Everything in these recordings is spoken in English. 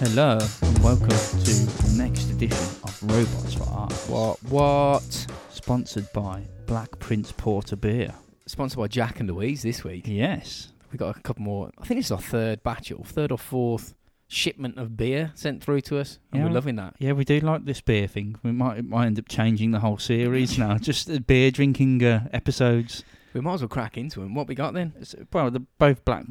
Hello and welcome to the next edition of Robots for Art. What? What? Sponsored by Black Prince Porter Beer. Sponsored by Jack and Louise this week. Yes. We got a couple more. I think this is our third batch or third or fourth shipment of beer sent through to us, and Yeah. we're loving that. Yeah, we do like this beer thing. We might it might end up changing the whole series now. Just the beer drinking uh, episodes. We might as well crack into them. What we got then? It's, well, they're both black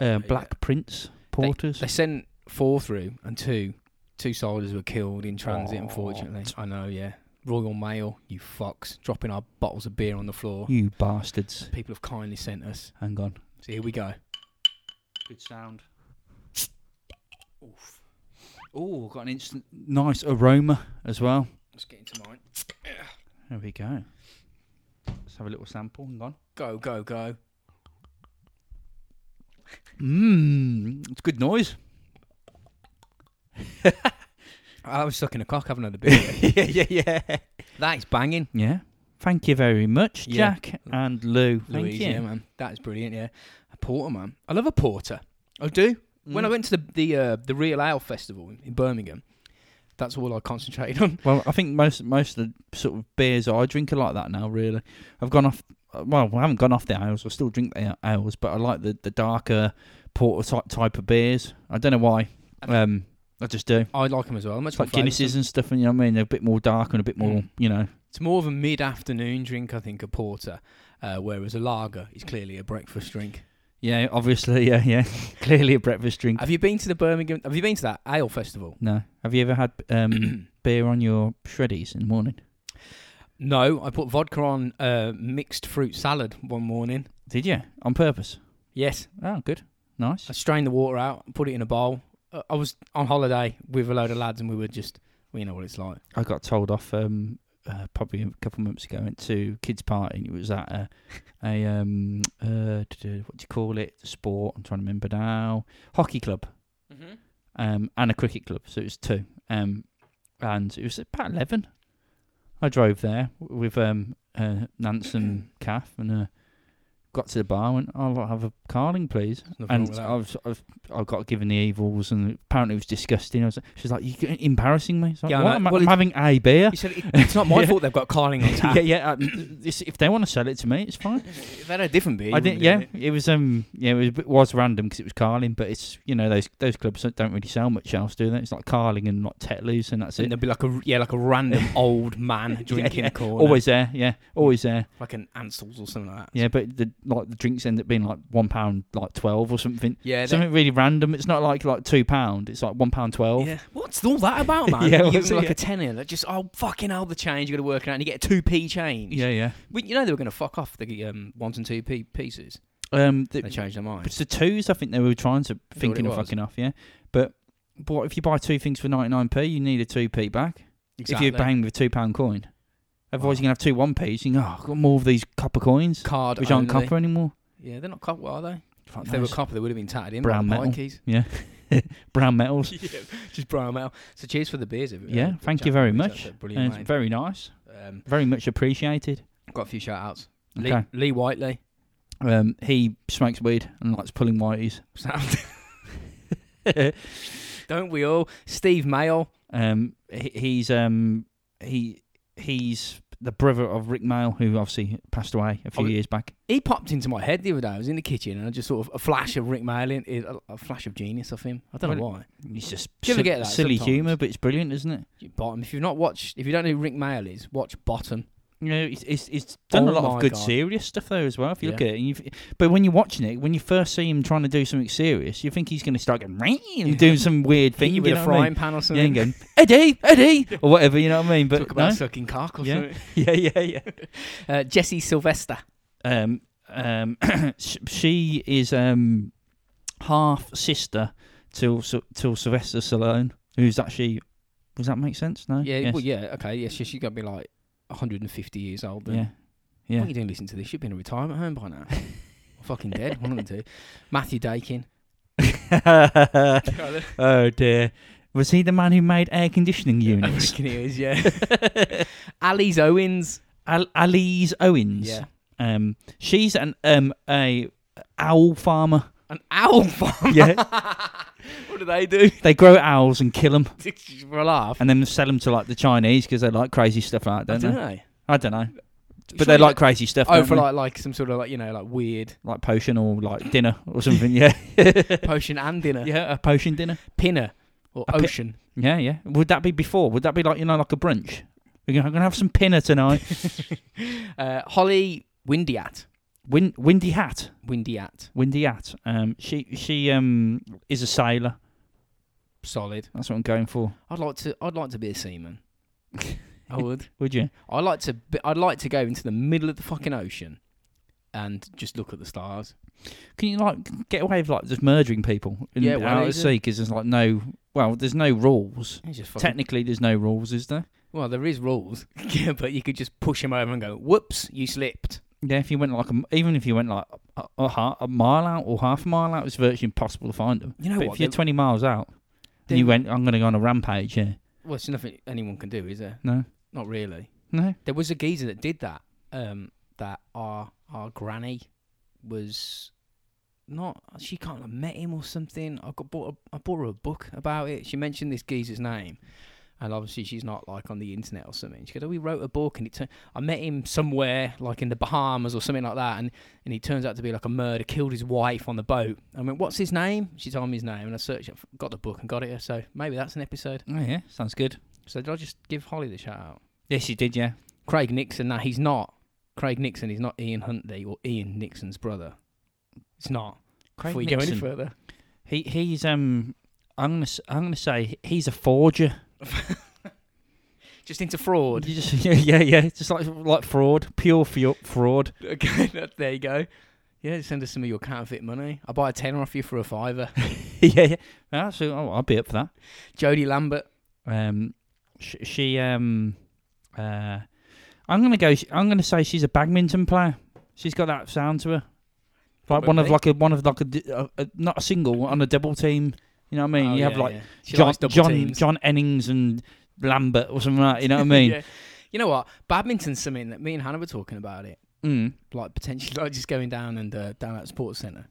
uh, Black Prince Porters. They sent four through, and two two soldiers were killed in transit. Oh. Unfortunately, I know. Yeah, Royal Mail, you fucks, dropping our bottles of beer on the floor. you bastards. People have kindly sent us. Hang on. So here we go. Good sound. Oof. Oh, got an instant nice aroma as well. Let's get into mine. There we go. Let's have a little sample. Hang on. Go go go. Mmm, it's good noise. I was sucking a cock having another beer. yeah, yeah, yeah. that is banging. Yeah. Thank you very much, Yeah. Jack and Lou. Thank Louise, you. yeah, man. That is brilliant, yeah. A porter, man. I love a porter. I Oh, do. When Mm. I went to the the, uh, the Real Ale Festival in Birmingham, that's all I concentrated on. Well, I think most most of the sort of beers I drink are like that now. Really, I've gone off. uh, Well, I haven't gone off the ales. I still drink the ales, but I like the, the darker porter type, type of beers. I don't know why. Um, I just do. I like them as well. Much It's like more Guinnesses flavoursome. and stuff, and you know what I mean. They're a bit more dark and a bit more, Mm. you know. It's more of a mid-afternoon drink, I think, a porter, uh, whereas a lager is clearly a breakfast drink. Yeah, obviously, yeah, yeah. Clearly a breakfast drink. Have you been to the Birmingham? Have you been to that ale festival? No. Have you ever had um, beer on your shreddies in the morning? No, I put vodka on uh, mixed fruit salad one morning. Did you? On purpose? Yes, Oh, good. Nice. I strained the water out, put it in a bowl. Uh, I was on holiday with a load of lads, and we were just, well, you know what it's like. I got told off um, uh, probably a couple of months ago. I went to kids' party and it was at a, a um, uh, what do you call it? Sport. I'm trying to remember now. Hockey club Mm-hmm. um, and a cricket club. So it was two. Um, and it was about 11. I drove there w- with um, uh, Nance and Kath and uh, got to the bar and went, I'll have a carling, please. and I was, I was, I got given the evils, and apparently it was disgusting. I was, she's like, "You're embarrassing me." It's like, Yeah, I "What? know. I'm, Well, I'm it- having a beer. you said it, it's not my Yeah. fault they've got Carling on tap. yeah, yeah. um, this- if they want to sell it to me, it's fine. If they had a different beer, you I didn't. wouldn't be Yeah, doing it. it was um, yeah, it was, it was random because it was Carling, but it's you know those those clubs don't- don't really sell much else, do they? It's like Carling and like Tetleys, and that's And it. there'd be like a yeah, like a random old man drinking yeah. a corner, Always there, yeah, always there, like an Ansel's or something like that. yeah. But the like the drinks end up being like one pound, like twelve or something. yeah. they- Something really random. It's not like like two pound. It's like one pound twelve. yeah. What's all that about, man? Yeah, you give what's them it, like yeah. a tenner, like just oh fucking hell, the change you got to work it out, and you get a two p change. yeah, yeah. Well, you know they were going to fuck off the um, ones and two p pieces. Um, the, They changed their mind. It's the twos, I think they were trying to what thinking it of was. fucking off, yeah. But but what if you buy two things for ninety nine p, you need a two p back if Exactly. you're paying with a two pound coin. Otherwise, Wow. you're gonna have two one p's. You can go, oh, I've got more of these copper coins, card, which aren't only. copper anymore. Yeah, they're not copper, are they? Fuck If they were knows. copper, they would have been tatted in. Brown by the metal. Pikeys. brown metals, yeah, just brown metal. So cheers for the beers. every- Yeah, uh, thank Jack you very and Louise, much. that's a and Brilliant. it's mate. very nice, Um, very much appreciated. got a few shout outs. Okay. Lee, Lee Whiteley. Um, he smokes weed and likes pulling whiteys. Sound. Don't we all? Steve Mayle. Um, he, he's um he he's the brother of Rick Mail, who obviously passed away a few Oh, years back. He popped into my head the other day. I was in the kitchen and I just sort of a flash of Rick Mayle, in, a, a flash of genius of him. I don't know why. It's just Do you ever sil- get that silly sometimes? humour, but it's brilliant, isn't it? You Bottom. If you've not watched, if you don't know who Rick Mayle is, watch Bottom. You know, it's it's, it's done a Oh lot of my good God. serious stuff though as well. If you look Yeah. at it, and you've, but when you're watching it, when you first see him trying to do something serious, you think he's going to start going "Meow," and doing some weird thing with you a know what I frying mean? pan or Yeah, something. and going Eddie, Eddie, or whatever. You know what I mean? But Talk about no. sucking cock or Yeah. something. yeah, yeah, yeah. Uh, Jesse Sylvester. um, um, sh- she is um, half sister to Sy- to Sylvester Stallone, who's actually. Does that make sense? No. Yeah, Yes. well, yeah, okay, yeah, she, she's going to be like 150 years old. Then. yeah, What yeah. are you doing listening to this? You've been in a retirement home by now. I'm fucking dead. What am I going to do? Matthew Dakin. oh dear. Was he the man who made air conditioning I units? reckon he is, yeah. Alice Owens. Al- Alice Owens. Yeah. Um, she's an um a owl farmer. An owl farm. Yeah. what do they do? They grow owls and kill them, For a laugh. and then sell them to like the Chinese because they like crazy stuff like that, don't they? they? I don't know, but Surely- they like crazy stuff. Oh, don't for they? like like some sort of like you know like weird like potion or like dinner or something. Yeah, potion and dinner yeah, a potion dinner. pinner or A pi- ocean. Yeah, yeah. Would that be before? Would that be like you know like a brunch? We're gonna, I'm gonna have some pinner tonight. uh, Holly Windyat. Win, windy hat. Windyat. Windy at. Um, she she um is a sailor. Solid. That's what I'm going for. I'd like to. I'd like to be a seaman. I would. Would you? I like to. Be, I'd like to go into the middle of the fucking ocean, and just look at the stars. Can you like get away with like just murdering people in Yeah, out well, at is it? sea because there's like no well there's no rules. It's just fucking, Technically, there's no rules, is there? well, there is rules, yeah, but you could just push them over and go, "Whoops, you slipped." Yeah, if you went like a m even if you went like a, a, ha- a mile out or half a mile out, it's virtually impossible to find them. You know But Oh, what, if you're they- 20 miles out they- and you went, I'm going to go on a rampage. Yeah, Well, it's nothing anyone can do, is there? no, Not really. no. There was a geezer that did that. Um, that our our granny was not. She can't have met him or something. I got bought. A, I bought her a book about it. She mentioned this geezer's name, and obviously she's not like on the internet or something. She goes, "Oh, we wrote a book, and it. Tur- I met him somewhere like in the Bahamas or something like that, and and he turns out to be like a murder. Killed his wife on the boat. I went, what's his name? She told me his name, and I searched. it, Got the book and got it. So maybe that's an episode. Oh yeah, sounds good. So did I just give Holly the shout out? Yes, you did. Yeah, Craig Nixon. Now he's not Craig Nixon. He's not Ian Huntley or Ian Nixon's brother. It's not. Craig Before you go Nixon. any further, He he's um. I'm gonna s- I'm gonna say he's a forger. just into fraud. You just- yeah, yeah, yeah. It's Just like like fraud, pure fu- fraud. okay, that- there you go. Yeah, send us some of your counterfeit money. I buy a tenner off you for a fiver. yeah, yeah. No, so oh, I'll, I'll be up for Jody Lambert. that. Um, she, she um, uh, I'm gonna go. I'm gonna say she's a badminton player. She's got that sound to her, like one of Probably. like a one of like a, d- a- a- not a single on a double team. You know what I mean? Oh, you yeah, have like yeah. She John likes double John teams. John Ennings and Lambert or something like. that, You know what I mean? Yeah. You know what? Badminton's something that me and Hannah were talking about it. mm. Like potentially, like just going down and uh, down at the sports centre.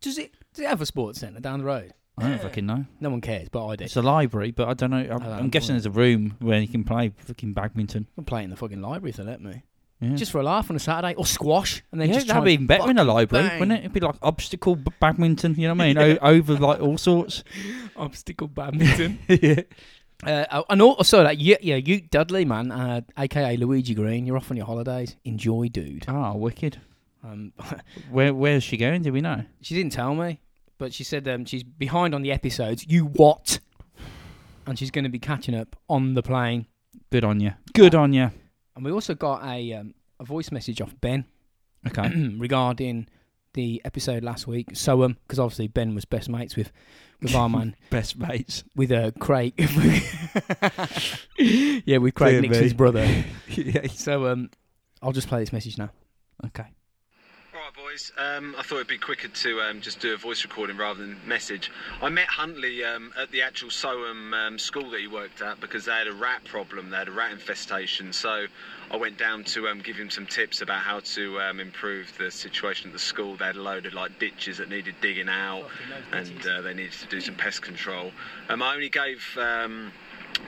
Does it? Does it have a sports centre down the road? I don't fucking know. No one cares, but I do. It's a library, but I don't know. I'm, don't I'm guessing know. there's a room where you can play fucking badminton. I'm playing in the fucking library if they let me. Yeah. just for a laugh on a Saturday, or squash, and then Mm. yeah, just that'd be try even better in a library, bang. wouldn't it? It'd be like obstacle b- badminton, you know what I mean? O- over like all sorts. and obstacle badminton. yeah. uh, oh, and also, like, yeah, yeah, you Dudley, man, uh, aka Luigi Green, you're off on your holidays. Enjoy, dude. Ah, wicked. Um, Where Where's she going? Do we know? she didn't tell me, but she said um, she's behind on the episodes. You what? And she's going to be catching up on the plane. Good on you. Good on you. And we also got a um, a voice message off Ben Okay. regarding the episode last week. So um, because obviously Ben was best mates with with our man Best mates. with uh, Craig. yeah, with Craig Dear me. Nixon's brother. yeah. So um, I'll just play this message now. Okay. All right, boys. Um, I thought it'd be quicker to um, just do a voice recording rather than message. I met Huntley um, at the actual Soham um, school that he worked at because they had a rat problem. They had a rat infestation. So I went down to um, give him some tips about how to um, improve the situation at the school. They had a load of like ditches that needed digging out, and uh, they needed to do some pest control. Um, I only gave. Um,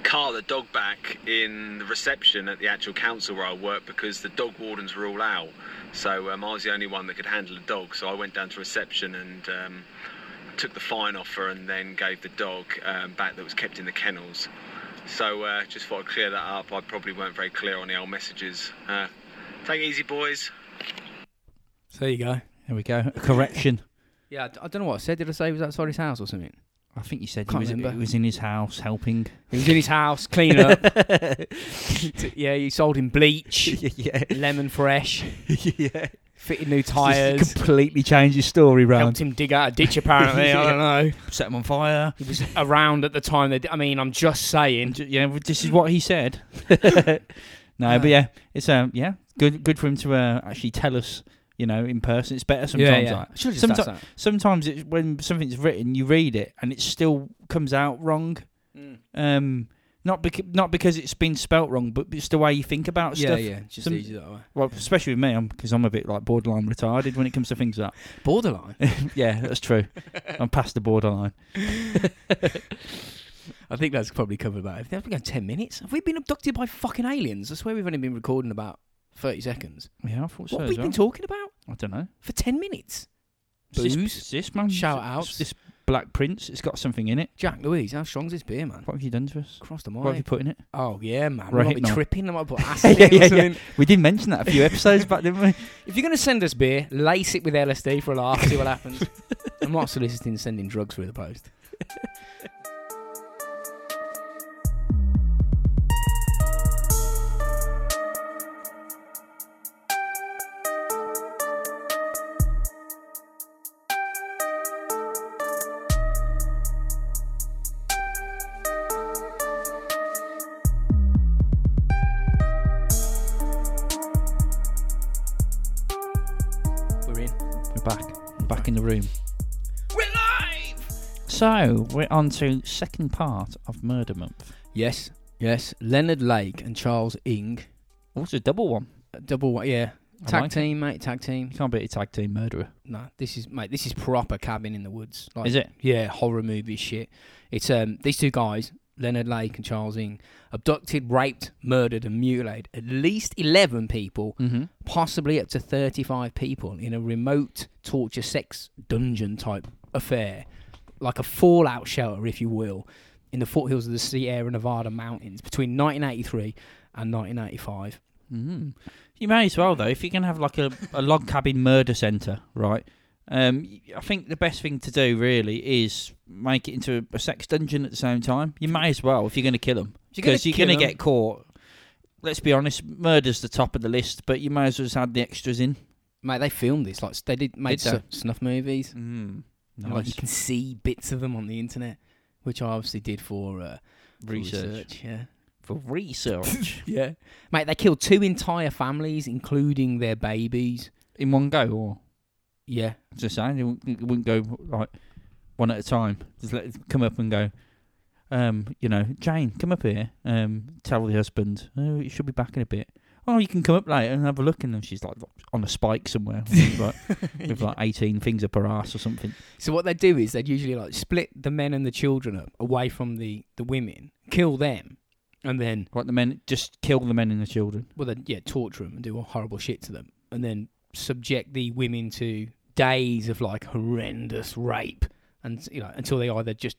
Carl the dog back in the reception at the actual council where I work because the dog wardens were all out. So um, I was the only one that could handle a dog. So I went down to reception and um, took the fine off her and then gave the dog um, back that was kept in the kennels. So uh, just thought I'd clear that up. I probably weren't very clear on the old messages. Uh, take it easy, boys. So there you go. There we go. correction. Yeah, I d- I don't know what I said. Did I say he was outside his house or something? I think you said he Can't was, he remember. was in his house helping. He was in his house cleaning up. T- yeah, he sold him bleach, yeah. lemon fresh, yeah. fitted new tires. Completely changed his story round. Helped him dig out a ditch, apparently. I don't know. Set him on fire. He was around at the time. They d- I mean, I'm just saying. And ju- yeah, well, this is what he said. no, Uh, but yeah, it's um, yeah, good, good for him to uh, actually tell us, you know, in person. It's better sometimes. like- I should've just Someti- asked that. sometimes it's Mm. when something's written, you read it, and it still comes out wrong. Um, Not because not because it's been spelt wrong, but it's the way you think about yeah, stuff. yeah, just Some- easy that way. Well, especially with me, I'm because I'm a bit like borderline retarded when it comes to things like Borderline. that. yeah, that's true. I'm past the borderline. I think that's probably covered that. If that's been going ten minutes, have we been abducted by fucking aliens? I swear we've only been recording about thirty seconds. Yeah, I thought so. what have as we well. been talking about I don't know. for ten minutes? It's this- Booze? it's this man. Shout It's- outs? This Black Prince. It's got something in it. Jack Louise, how strong's this beer, man? What have you done to us? Crossed the What have you mind. put in it? Oh yeah, man. We're We might be hitting on. tripping. I might put acid in yeah, or yeah. something. We did mention that a few episodes back, didn't we? If you're gonna send us beer, lace it with LSD for a laugh. See what happens. I'm not soliciting sending drugs through the post. We're in. We're back. We're back in the room. We're live. So we're on to second part of Murder Month. Yes, yes. Leonard Lake and Charles Ing. Oh, it's a double one. A Double, yeah. I Tag like it. team, mate. Tag team. You can't beat a tag team murderer, Nah, this is mate. This is proper cabin in the woods. Like, is it? Yeah, horror movie shit. It's um these two guys, Leonard Lake and Charles Ing, abducted, raped, murdered, and mutilated at least eleven people, Mm-hmm. possibly up to thirty-five people, in a remote torture sex dungeon type affair, like a fallout shelter, if you will, in the foothills of the Sierra Nevada mountains between 1983 and 1985. Mm. You may as well though, if you're gonna have like a, a log cabin murder centre, right? Um, y- I think the best thing to do really is make it into a, a sex dungeon at the same time. You may as well if you're gonna kill them If you're gonna because you're kill gonna 'em- get caught. Let's be honest, murder's the top of the list, but you may as well just add the extras in. Mate, they filmed this. Like they did made Did snu- snuff movies. Mm. And, Like you can see bits of them on the internet, which I obviously did for, uh, for research. Yeah, for research yeah, mate. They killed two entire families, including their babies. in one go, or Yeah, just saying it wouldn't, it wouldn't go like one at a time. Just let it come up and go. Um, you know, Jane, come up here. Um, tell the husband, oh, you should be back in a bit. Oh, you can come up later and have a look. And then she's like on a spike somewhere, with like, with like eighteen things up her ass or something. So what they do is they'd usually like split the men and the children up away from the the women, kill them, and then Like the men just kill the men and the children. well, then yeah, torture them and do all horrible shit to them, and then subject the women to days of like horrendous rape, and you know until they either just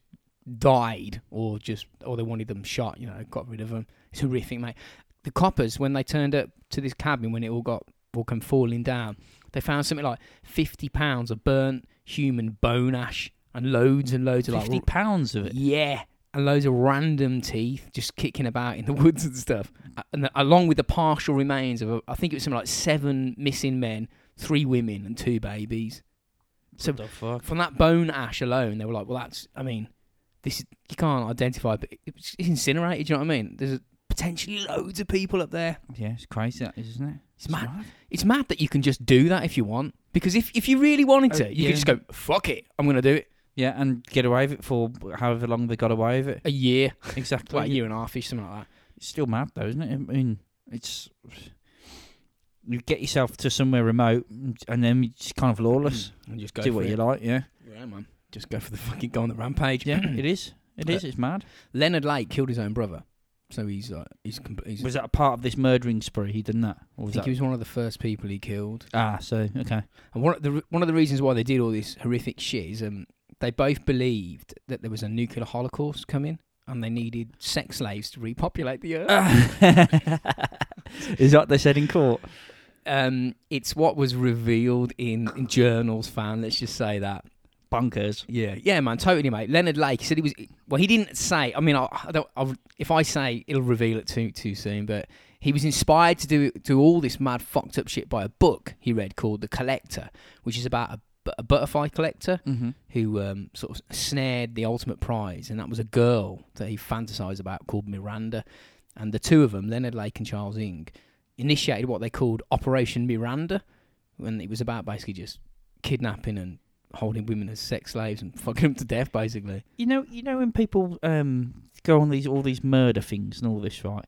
died or just or they wanted them shot. You know, got rid of them. It's horrific, mate. The coppers when they turned up to this cabin when it all got all come falling down, they found something like fifty pounds of burnt human bone ash and loads and loads of like Fifty pounds of it. yeah, and loads of random teeth just kicking about in the woods and stuff, A- and the- along with the partial remains of uh, I think it was something like seven missing men, three women, and two babies. So What the fuck? from that bone ash alone, they were like, well, that's I mean, this is you can't identify, but it's it's incinerated. Do you know what I mean? There's potentially loads of people up there. Yeah, it's crazy, that, isn't it? It's mad. It's mad that you can just do that if you want. Because if, if you really wanted to, Oh, you yeah. could just go, fuck it, I'm going to do it. Yeah, and get away with it for however long they got away with it. A year, Exactly. like a year and a half ish, something like that. It's still mad though, isn't it? I mean, it's you get yourself to somewhere remote, and then it's kind of lawless. Mm, And just go Do for what it. you like, yeah. Yeah, man. Just go for the fucking go on the rampage. Yeah, it is. It is. It's mad. Leonard Lake killed his own brother, so he's like he's. comp- he's Was that a part of this murdering spree? He done that, or I was that? think he was one of the first people he killed. ah, so okay. And one of the re- one of the reasons why they did all this horrific shit is um they both believed that there was a nuclear holocaust coming and they needed sex slaves to repopulate the earth. is that what they said in court? Um, it's what was revealed in, in journals, fan. Let's just say that. Bunkers. Yeah, yeah, man, totally, mate. Leonard Lake he said he was. Well, he didn't say. I mean, I, I don't. I, if I say, it'll reveal it too too soon. But he was inspired to do do all this mad fucked up shit by a book he read called The Collector, which is about a, bu- a butterfly collector Mm-hmm. who um, sort of snared the ultimate prize, and that was a girl that he fantasized about called Miranda. And the two of them, Leonard Lake and Charles Ing, initiated what they called Operation Miranda, and it was about basically just kidnapping and holding women as sex slaves and fucking them to death, basically. You know, you know when people um, go on these all these murder things and all this, right?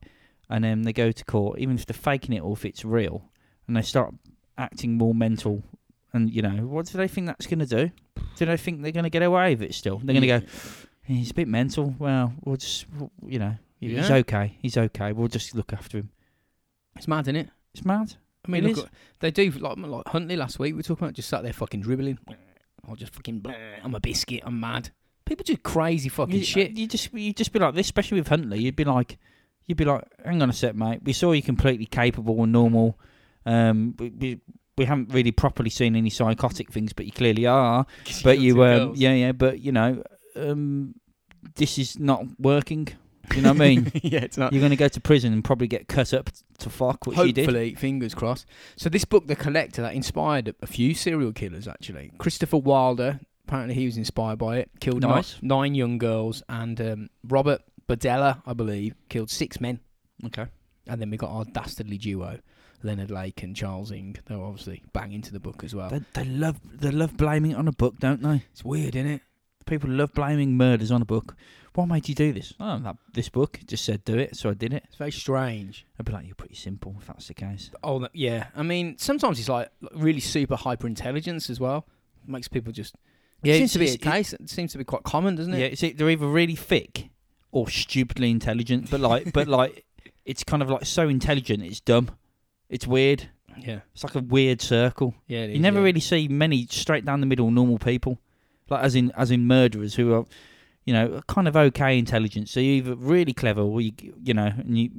And then they go to court, even if they're faking it or if it's real, and they start acting more mental. And you know, what do they think that's going to do? Do they think they're going to get away with it still? They're going to go, he's a bit mental. Well, we'll just, w- you know, he's Yeah. okay. He's okay. We'll just look after him. It's mad, isn't it? It's mad. I mean, It look, is. they do like, like Huntley last week. We were talking about just sat there fucking dribbling. I'll just fucking. I'm a biscuit. I'm mad. People do crazy fucking you, shit. You just you just be like this, especially with Huntley. You'd be like, you'd be like, hang on a sec, mate. We saw you completely capable and normal. Um, we, we we haven't really properly seen any psychotic things, but you clearly are. But you, um, yeah, yeah. But you know, um, this is not working. You know what I mean? yeah, it's not. You're going to go to prison and probably get cut up to fuck, which you did. Hopefully, fingers crossed. So this book, The Collector, that inspired a few serial killers actually. Christopher Wilder, apparently he was inspired by it. Killed ni- Nice. nine, young girls, and um, Robert Badella, I believe, killed six men. Okay. And then we got our dastardly duo, Leonard Lake and Charles Ing. They're obviously bang into the book as well. They, they love they love blaming it on a book, don't they? it's weird, isn't it? People love blaming murders on a book. What made you do this? Oh, that, this book just said do it, so I did it. It's very strange. I'd be like, you're pretty simple if that's the case. Oh that- yeah, I mean sometimes it's like like, really super hyper intelligence as well. Makes people just Yeah, seems to be it's- a case. It seems to be quite common, doesn't it? Yeah, it's, e- they're either really thick or stupidly intelligent, but like, but like, it's kind of like so intelligent, it's dumb. It's weird. yeah, It's like a weird circle. yeah. it You is, never yeah. really see many straight down the middle normal people, like as in as in murderers who are, you know, kind of okay intelligence. So you're either really clever or you you know, and you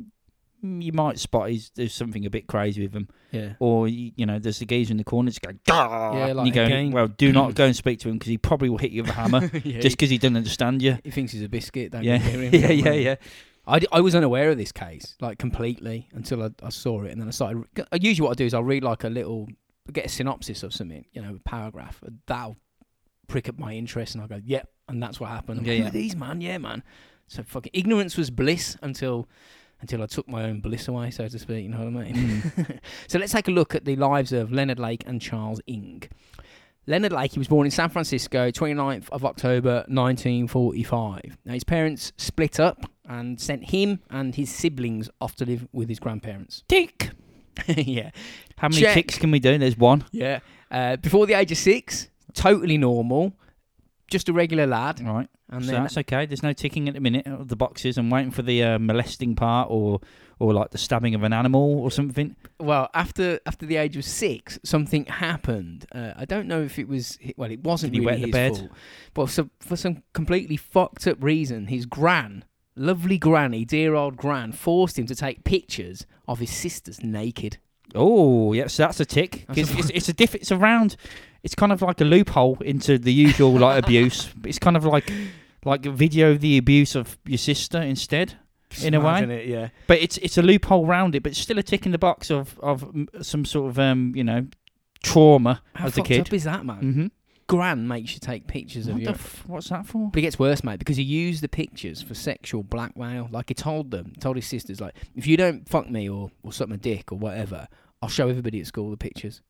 you might spot is there's something a bit crazy with them. yeah. or you, you know, there's the geezer in the corner just going, "Gah!" Yeah, and like you go, again. well, do not go and speak to him because he probably will hit you with a hammer yeah, just because he doesn't understand you. he, he thinks he's a biscuit. Don't Yeah, you hear him? yeah, yeah, yeah. I, d- I was unaware of this case like completely until I, I saw it, and then I started. re- I- Usually, what I do is I'll read like a little, get a synopsis of something, you know, a paragraph. and That'll prick up my interest, and I go, "Yep," and that's what happened. I'm Yeah, like, yeah. "Who are these man, yeah, man. So fucking ignorance was bliss until until I took my own bliss away, so to speak. You know what I mean? Hmm. so let's take a look at the lives of Leonard Lake and Charles Ing. Leonard Lake, he was born in San Francisco, 29th of October 1945. Now, his parents split up and sent him and his siblings off to live with his grandparents. Tick. yeah. How many Check. ticks can we do? There's one. Yeah. Uh, before the age of six, totally normal, just a regular lad. All Right. And so then that's okay. There's no ticking at the minute of the boxes. I'm waiting for the uh, molesting part or or like the stabbing of an animal or something. well after after the age of six something happened uh, i don't know if it was hi- well it wasn't Did he really wet the his bed? fault but so, for some completely fucked up reason his gran lovely granny dear old gran forced him to take pictures of his sisters naked Oh, yes, that's a tick. 'Cause That's a- it's, it's a diff. It's around. It's kind of like a loophole into the usual like abuse. It's kind of like like video the abuse of your sister instead. In a way. Imagine it, yeah But it's it's a loophole round it, but it's still a tick in the box of of mm, some sort of um you know trauma how as a fucked kid. up is that man Mm-hmm. gran makes you take pictures of What your the f- what's that for? But it gets worse, mate, because he used the pictures for sexual blackmail. Like he told them, told his sisters, like, if you don't fuck me or, or suck my dick or whatever, I'll show everybody at school the pictures.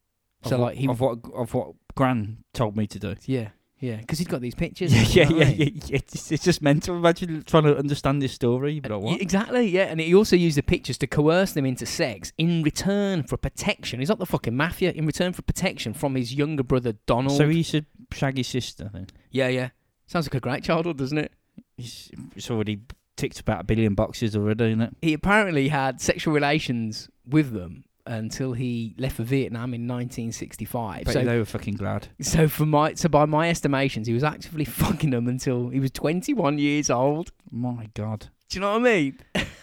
So of like what, he, of what of what Gran told me to do. yeah, yeah, because he's got these pictures. Yeah, you yeah, know what yeah, I yeah, mean? yeah. It's, it's just mental. Imagine trying to understand this story. You'd be like, Yeah, what? Exactly, yeah, and he also used the pictures to coerce them into sex in return for protection. He's not the fucking mafia. In return for protection from his younger brother Donald. So he used to shag his sister then. yeah, yeah. Sounds like a great childhood, doesn't it? He's, it's already ticked about a billion boxes already, isn't it? he apparently had sexual relations with them until he left for Vietnam in 1965. But so, they were fucking glad. so for my so by my estimations, he was actively fucking them until he was 21 years old. My God. Do you know what I mean?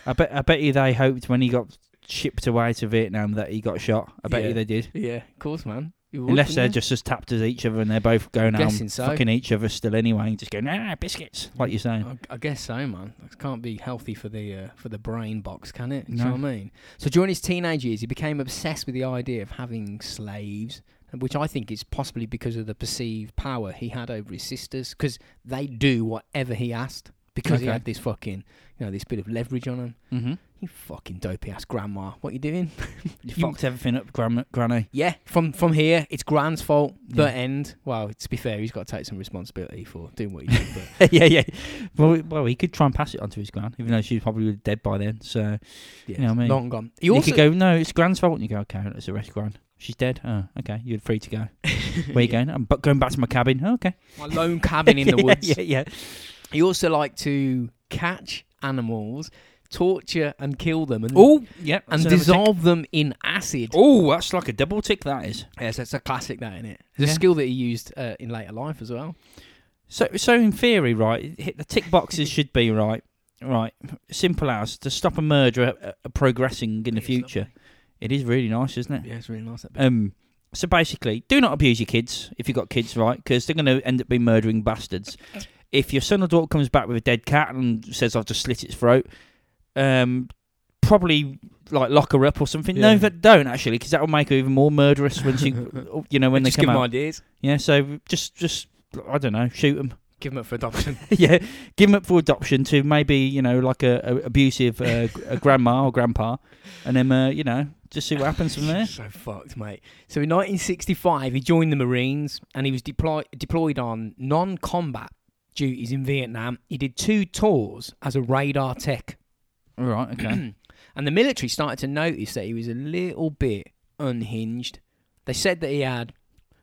I bet I bet you they hoped when he got shipped away to Vietnam that he got shot. I bet Yeah. you they did. Yeah, of course, man. You would, Unless they're wouldn't just as tapped as each other and they're both going out Guessing and so. fucking each other still anyway and just going, ah, biscuits, like you're you? saying. I, I guess so, man. It can't be healthy for the uh, for the brain box, can it? Do No. you know what I mean? So during his teenage years, he became obsessed with the idea of having slaves, which I think is possibly because of the perceived power he had over his sisters, because they do whatever he asked. Because he Okay. had this fucking, you know, this bit of leverage on him. Mm-hmm. He You fucking dopey ass grandma. What you doing? You, You- fucked everything up, gran- Granny. Yeah, from from here, it's Grant's fault. The Yeah. end. Well, to be fair, he's got to take some responsibility for doing what he did. But yeah, yeah. Well, well, he could try and pass it on to his gran, even though she was probably dead by then. So yeah, know what I mean? long gone. He you, also could go, no, it's gran's fault. And you go, okay, let's arrest gran. She's dead. Oh, okay. You're free to go. Where you going? I'm bu- going back to my cabin. "Oh, okay. my lone cabin in the Yeah, woods. Yeah, yeah. He also liked to catch animals, torture and kill them, and Oh, yeah. and that's another tick. dissolve them in acid. Oh, that's like a double tick. That is. Yes, that's a classic, that isn't it? It's Yeah. a skill that he used uh, in later life as well. So, so in theory, right, hit the tick boxes should be right, right. Simple as to stop a murder uh, uh, progressing in the It's future. lovely. It is really nice, isn't it? Yeah, it's really nice. That bit. Um. So basically, do not abuse your kids if you've got kids, right? Because they're going to end up being murdering bastards. If your son or daughter comes back with a dead cat and says, "I've just slit its throat," um, probably like lock her up or something. No, Yeah. but don't actually, because that will make her even more murderous when she, you know, when just they give come him out. ideas, Yeah. So just, just I don't know, shoot them give him up for adoption. yeah, give them up for adoption to maybe you know like a, a abusive uh, g- a grandma or grandpa, and then uh, you know just see what happens from there. so fucked, mate. So in 1965, he joined the Marines and he was deploy- deployed on non combat duties in Vietnam. He did two tours as a radar tech. Right. Okay. And the military started to notice that he was a little bit unhinged. They said that he had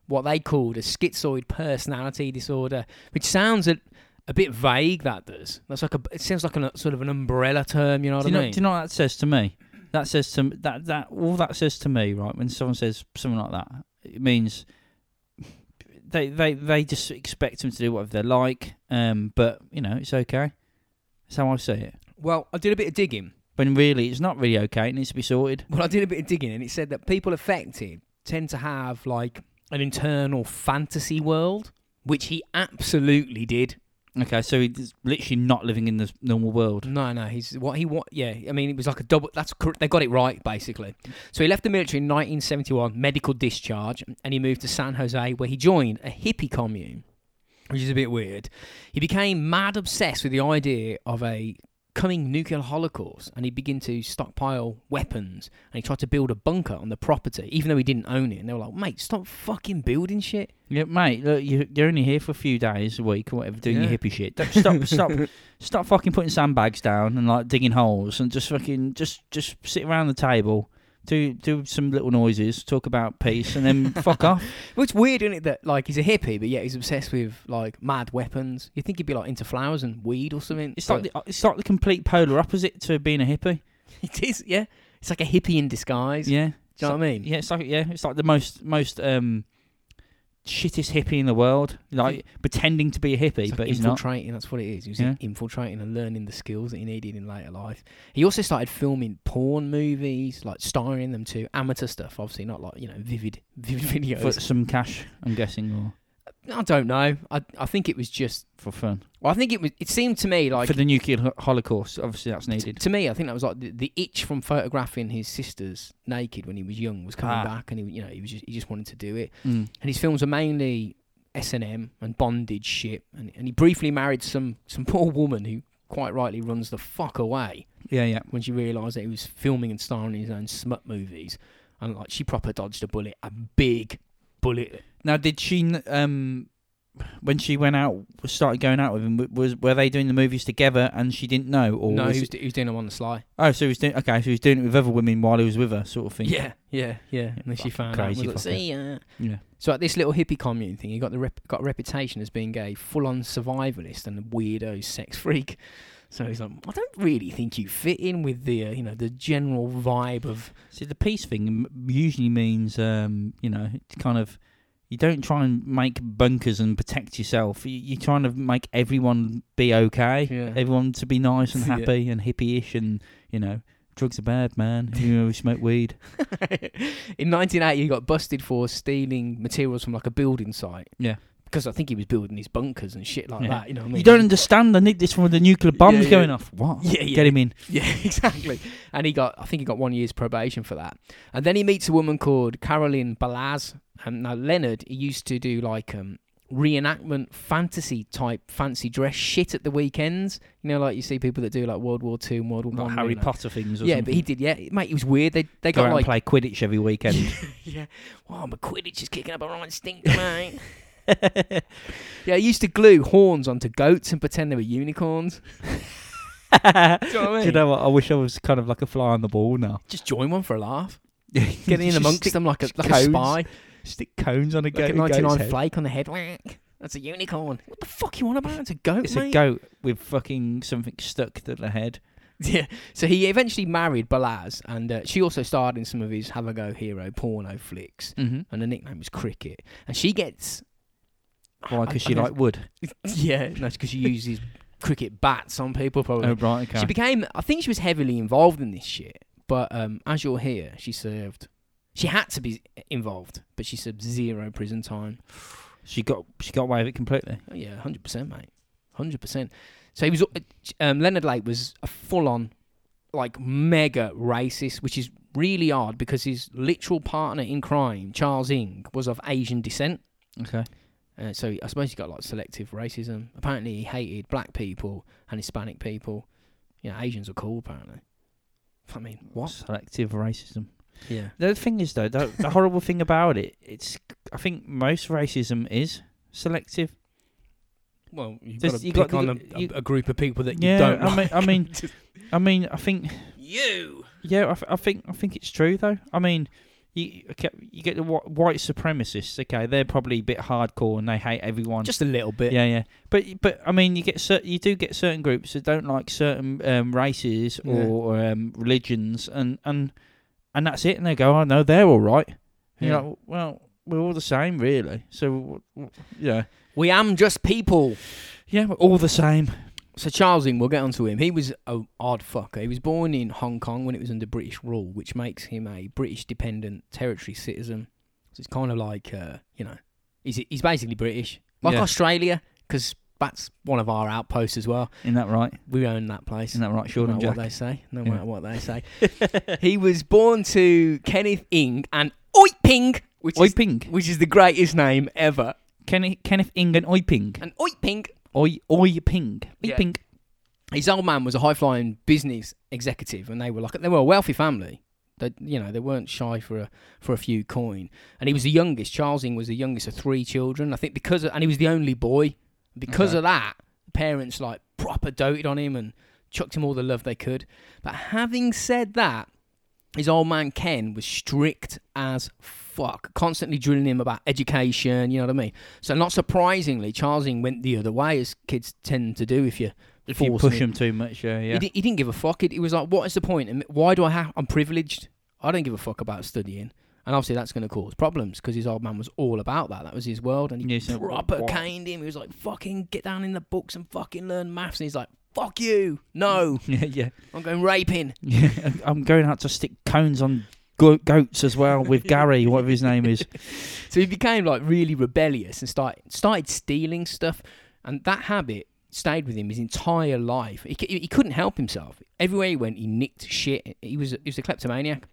what they called a schizoid personality disorder, which sounds a, a bit vague. That does. That's like a. It sounds like a sort of an umbrella term. You know what do, you I know, mean? do you know what that says to me? That says to m- that that all that says to me right when someone says something like that, it means they they they just expect them to do whatever they like. Um, but you know it's okay. That's how I see it. well, I did a bit of digging. When really it's not really okay. It needs to be sorted. Well, I did a bit of digging, and it said that people affected tend to have like an internal fantasy world, which he absolutely did. Okay, so he's literally not living in the s- normal world. No, no, he's what he what. Yeah, I mean, it was like a double. That's cor- they got it right basically. So he left the military in 1971, medical discharge, and he moved to San Jose, where he joined a hippie commune, which is a bit weird. He became mad obsessed with the idea of a coming nuclear holocaust, and he began to stockpile weapons, and he tried to build a bunker on the property, even though he didn't own it. And they were like, "Mate, stop fucking building shit." Yeah, mate. Look, you, you're only here for a few days a week or whatever, doing Yeah. your hippie shit. Don't- Stop, stop, stop fucking putting sandbags down and like digging holes and just fucking just just sit around the table, do do some little noises, talk about peace, and then fuck off. Well, it's weird, isn't it, that like he's a hippie, but yet he's obsessed with like mad weapons. You think he'd be like into flowers and weed or something? It's like the, it's like the complete polar opposite to being a hippie. it is, yeah. It's like a hippie in disguise. Yeah, Do you know what I mean? yeah. It's like yeah, it's like the most most um shittest hippie in the world, like pretending to be a hippie, It's like but he's not. infiltrating, that's what it is. He was Yeah. infiltrating and learning the skills that he needed in later life. He also started filming porn movies, like starring in them too, amateur stuff, obviously, not like, you know, vivid vivid videos. For some cash, I'm guessing, or I don't know. I I think it was just for fun. well, I think it was it seemed to me like for the nuclear ho- holocaust, obviously that's needed. To me, I think that was like the, the itch from photographing his sisters naked when he was young was coming Ah. back, and he, you know, he was just, he just wanted to do it. Mm. And his films are mainly S and M and bondage shit. And, and he briefly married some some poor woman who quite rightly runs the fuck away Yeah, yeah. when she realised that he was filming and starring in his own smut movies. And like she proper dodged a bullet, a big bullet. Now, did she? n- Um, when she went out, started going out with him, w- was were they doing the movies together, and she didn't know, or no, was he was, it- do- he was doing them on the sly. oh, so he was doing okay, so he was doing it with other women while he was with her, sort of thing. Yeah, yeah, yeah. And then she Fucking found out. and crazy was like, fucker. See ya. yeah. So at this little hippie commune thing, he got the rep- got a reputation as being a full-on survivalist and a weirdo sex freak. So he's like, I don't really think you fit in with the uh, you know the general vibe of See, the peace thing m- usually means, um, you know, it's kind of. You don't try and make bunkers and protect yourself. You, you're trying to make everyone be okay, Yeah. everyone to be nice and Yeah. happy and hippie-ish, and you know, drugs are bad, man. You know, we smoke weed. in 1980, he got busted for stealing materials from like a building site. Yeah. Because I think he was building his bunkers and shit like Yeah. that. You know what I mean? You don't understand. I need this from the nuclear bombs Yeah, yeah. going off. What? Yeah, yeah. Get him in. Yeah, exactly. And he got, I think he got one year's probation for that. And then he meets a woman called Caroline Balaz. And now Leonard, he used to do like um, reenactment fantasy type fancy dress shit at the weekends. You know, like you see people that do like World War Two and World War Like One. Harry you know. Potter things or Yeah, something. but he did. Yeah, mate, it was weird. They they Go out got like and play Quidditch every weekend. yeah. Well, my Quidditch is kicking up a right stink, mate. yeah, I used to glue horns onto goats and pretend they were unicorns. Do you know what I Do mean? you know what? I wish I was kind of like a fly on the wall now. Just join one for a laugh. Get Get in amongst stick, them like a like a cones. spy. Stick cones on a goat. Like a a goat's 99 head. flake on the head. Whack. That's a unicorn. What the fuck you want about? It's a goat, It's mate. a goat with fucking something stuck to the head. Yeah. So he eventually married Balaz, and uh, she also starred in some of his Have a Go Hero porno flicks, Mm-hmm. and the nickname was Cricket. And she gets. Why? I- Because I she guess- like wood. Yeah, that's because she uses cricket bats on people, probably. Oh right, okay. She became, I think she was heavily involved in this shit, but um, as you're here, she served. She had to be involved, but she served zero prison time. She got she got away with it completely. Oh, yeah, 100%, mate. 100%. So he was, um, Leonard Lake was a full on, like, mega racist, which is really odd because his literal partner in crime, Charles Ing, was of Asian descent. Okay. Uh, so I suppose he got like selective racism. Apparently, he hated black people and Hispanic people. You know, Asians are cool. Apparently, I mean, what? Selective racism. Yeah, The thing is, though, the, the horrible thing about it, it's I think most racism is selective. Well, you've Just- got to you pick got on the- a, a- you- a group of people that Yeah, you don't. I mean- like. I mean- I mean, I think you. Yeah, I, th- I think I think it's true though. I mean, you okay, you get the wh- white supremacists. Okay, they're probably a bit hardcore and they hate everyone. Just a little bit. yeah, yeah. But but I mean, you get cer- you do get certain groups that don't like certain um, races Yeah. or um, religions, and and and that's it. And they go, oh no, they're all right. And Yeah. You're like, well, we're all the same, really. So w- w- yeah, We am just people. yeah, we're all the same. So Charles Ing, we'll get onto him. He was a odd fucker. He was born in Hong Kong when it was under British rule, which makes him a British dependent territory citizen. So it's kind of like, uh, you know, he's he's basically British, like Yeah. Australia, 'cause that's one of our outposts as well. Isn't that right? We own that place. Isn't that right, no Sean matter and what Jack? they say, no Yeah. matter what they say. he was born to Kenneth Ing and Oiping, which Oi is Ping, which is the greatest name ever. Kenneth Kenneth Ing and Oi Ping, And Oiping Oi Oi Ping, Oi Yeah. Ping. his old man was a high flying business executive, and they were like they were a wealthy family. They, you know, they weren't shy for a for a few coin. And he was the youngest. Charles Ing was the youngest of three children. I think because of, and he was the only boy. Because Okay. of that, the parents like proper doted on him and chucked him all the love they could. But having said that, his old man Ken was strict as fuck, constantly drilling him about education. You know what I mean? So not surprisingly, Charles Ing went the other way, as kids tend to do if you If you force push him. him too much, yeah, yeah. He, di- he didn't give a fuck. He, he was like, "What is the point? And Why do I have? I'm privileged. I don't give a fuck about studying." And obviously, that's going to cause problems because his old man was all about that. That was his world, and he Yeah, he's like, proper "What?" caned him. He was like, "Fucking get down in the books and fucking learn maths." And he's like, "Fuck you! No, yeah, yeah, I'm going raping." yeah. I'm going out to stick cones on go- goats as well with Gary, whatever his name is. So he became like really rebellious and started started stealing stuff, and that habit stayed with him his entire life. He, c- he couldn't help himself. Everywhere he went, he nicked shit. He was he was a kleptomaniac.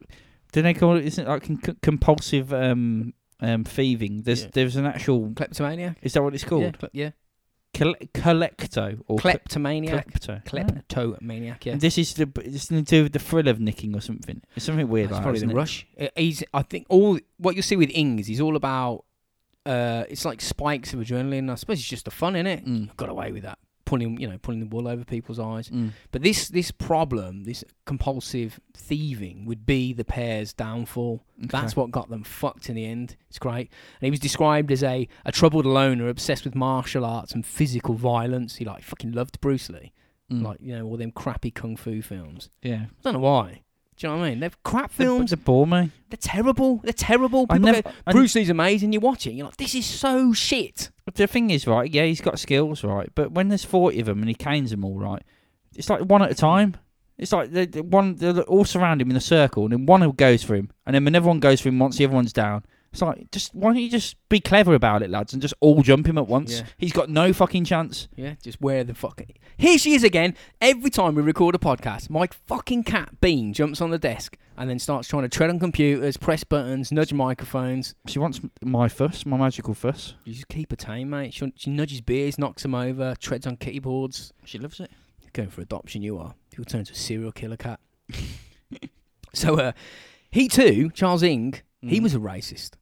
Didn't they call it? Isn't it like con- compulsive um, um, thieving? There's Yeah. there's an actual. Kleptomaniac. Is that what it's Yeah, called? cle- yeah. Col- collecto or cl- kleptomaniac. klepto. Yeah. Kleptomaniac, yeah. And this is the it's to do with the thrill of nicking or something. It's something weird. That's like that, probably the isn't it? rush. Uh, He's, I think, all what you'll see with Ing is he's all about. Uh, it's like spikes of adrenaline. I suppose it's just the fun in it. Mm. Got away with that, pulling you know, pulling the wool over people's eyes. Mm. But this this problem, this compulsive thieving, would be the pair's downfall. Mm. That's what got them fucked in the end. It's great. And he was described as a, a troubled loner obsessed with martial arts and physical violence. He like fucking loved Bruce Lee, Mm. like you know all them crappy kung fu films. yeah. I don't know why. Do you know what I mean? They're crap films. Films are bore me. They're terrible. They're terrible. I People never. go, I- Bruce Lee's amazing. You watch it. You're like, this is so shit. The thing is, right? Yeah, he's got skills, right? But when there's forty of them and he canes them all, right? It's like one at a time. It's like the, the one they'll all surround him in a circle, and then one goes for him, and then another one goes for him once the other one's down. It's like just why don't you just be clever about it, lads, and just all jump him at once? Yeah. He's got no fucking chance. Yeah, just where the fuck. Here she is again. Every time we record a podcast, my fucking cat Bean jumps on the desk, and then starts trying to tread on computers, press buttons, nudge microphones. She wants m- my fuss, my magical fuss. You just keep her tame, mate. She, she nudges beers, knocks them over, treads on keyboards. She loves it. Going for adoption, you are. You'll turn into a serial killer cat. so, uh, he too, Charles Ing, he Mhm. was a racist.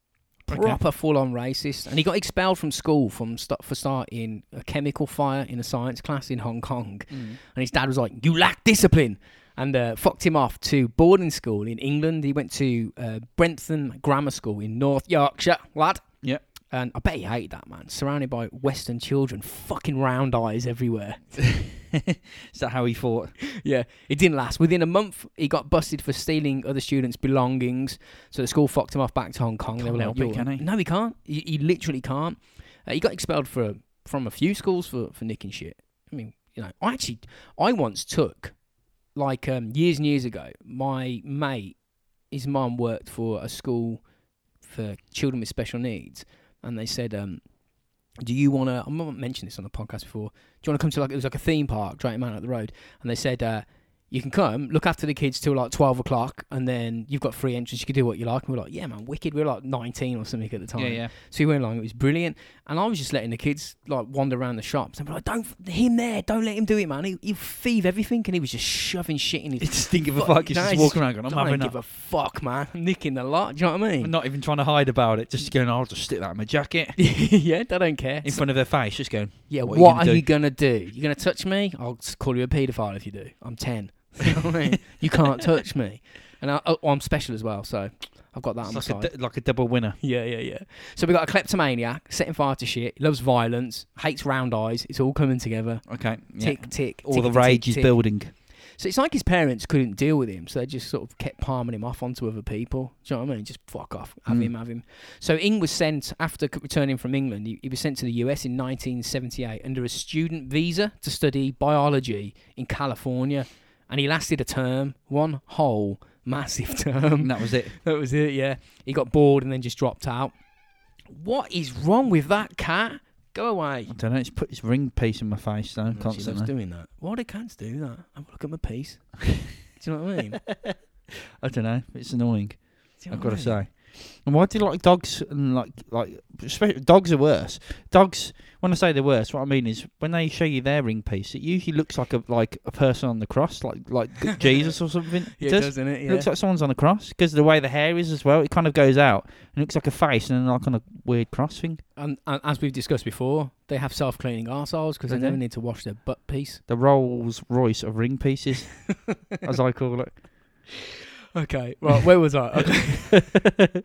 Okay. Proper full on racist. And he got expelled from school from st- for starting a chemical fire in a science class in Hong Kong. Mm. And his dad was like, You lack discipline. And uh, fucked him off to boarding school in England. He went to uh, Brentham Grammar School in North Yorkshire, lad. Yep. And I bet he hated that, man. Surrounded by Western children, fucking round eyes everywhere. Is that how he fought? yeah, it didn't last. Within a month, he got busted for stealing other students' belongings. So the school fucked him off back to Hong Kong. Can't help "You're- it, can he?" No, he can't. He, he literally can't. Uh, he got expelled for from a few schools for, for nicking shit. I mean, you know, I actually, I once took, like, um, years and years ago, my mate, his mum worked for a school for children with special needs. And they said, um, do you want to, I haven't mentioned this on the podcast before, do you want to come to like, it was like a theme park, Drayton Man up the road. And they said, uh, you can come, look after the kids till like 12 o'clock, and then you've got free entrance, you can do what you like. And we we're like, yeah, man, wicked. We were like 19 or something at the time. So we went along. It was brilliant, and I was just letting the kids like wander around the shops. And we're like, "Don't f- him there! Don't let him do it, man. He, he'll thieve everything." And he was just shoving shit in his. It's think of a Fuck, fuck. He's no, just it's- walking around going, I I'm don't having that. give a fuck, man. Nicking the lot. Do you know what I mean? not even trying to hide about it. Just going, I'll just stick that in my jacket. yeah, they don't care. In front of their face, just going, yeah, what what, are you gonna are do? you gonna do? You're gonna touch me? I'll s- call you a paedophile if you do. I'm ten. You know what I mean? You can't touch me, and I, oh, I'm special as well. So I've got that on my it's side. like a, d- like a double winner. Yeah, yeah, yeah. So we got a kleptomaniac setting fire to shit, loves violence, hates round eyes. It's all coming together. Okay. Yeah. Tick, tick. All tick, the tick, rage tick, is tick. building. So it's like his parents couldn't deal with him, so they just sort of kept palming him off onto other people. Do you know what I mean? Just fuck off, have Mm. him, have him. So Ing was sent after c- returning from England. He, he was sent to the US in 1978 under a student visa to study biology in California, and he lasted a term, one whole massive term. And that was it. That was it, yeah. He got bored and then just dropped out. What is wrong with that cat? Go away. I don't know. It's put his ring piece in my face, though, She loves constantly. doing that. Why do cats do that? Have a look at my piece. do you know what I mean? Do I don't know. It's annoying. you know I've what got to I mean? say. And why do you like dogs and like like especially dogs are worse. Dogs when I say they're worse, what I mean is when they show you their ring piece, it usually looks like a like a person on the cross, like like Jesus or something. it Yeah, it does. does, doesn't it? It Yeah. looks like someone's on a cross because the way the hair is as well, it kind of goes out and looks like a face and then like on a weird cross thing. and, and as we've discussed before, they have self cleaning arseholes because they They never do. need to wash their butt piece. The Rolls Royce of ring pieces, as I call it. Okay, right, where was I? Okay.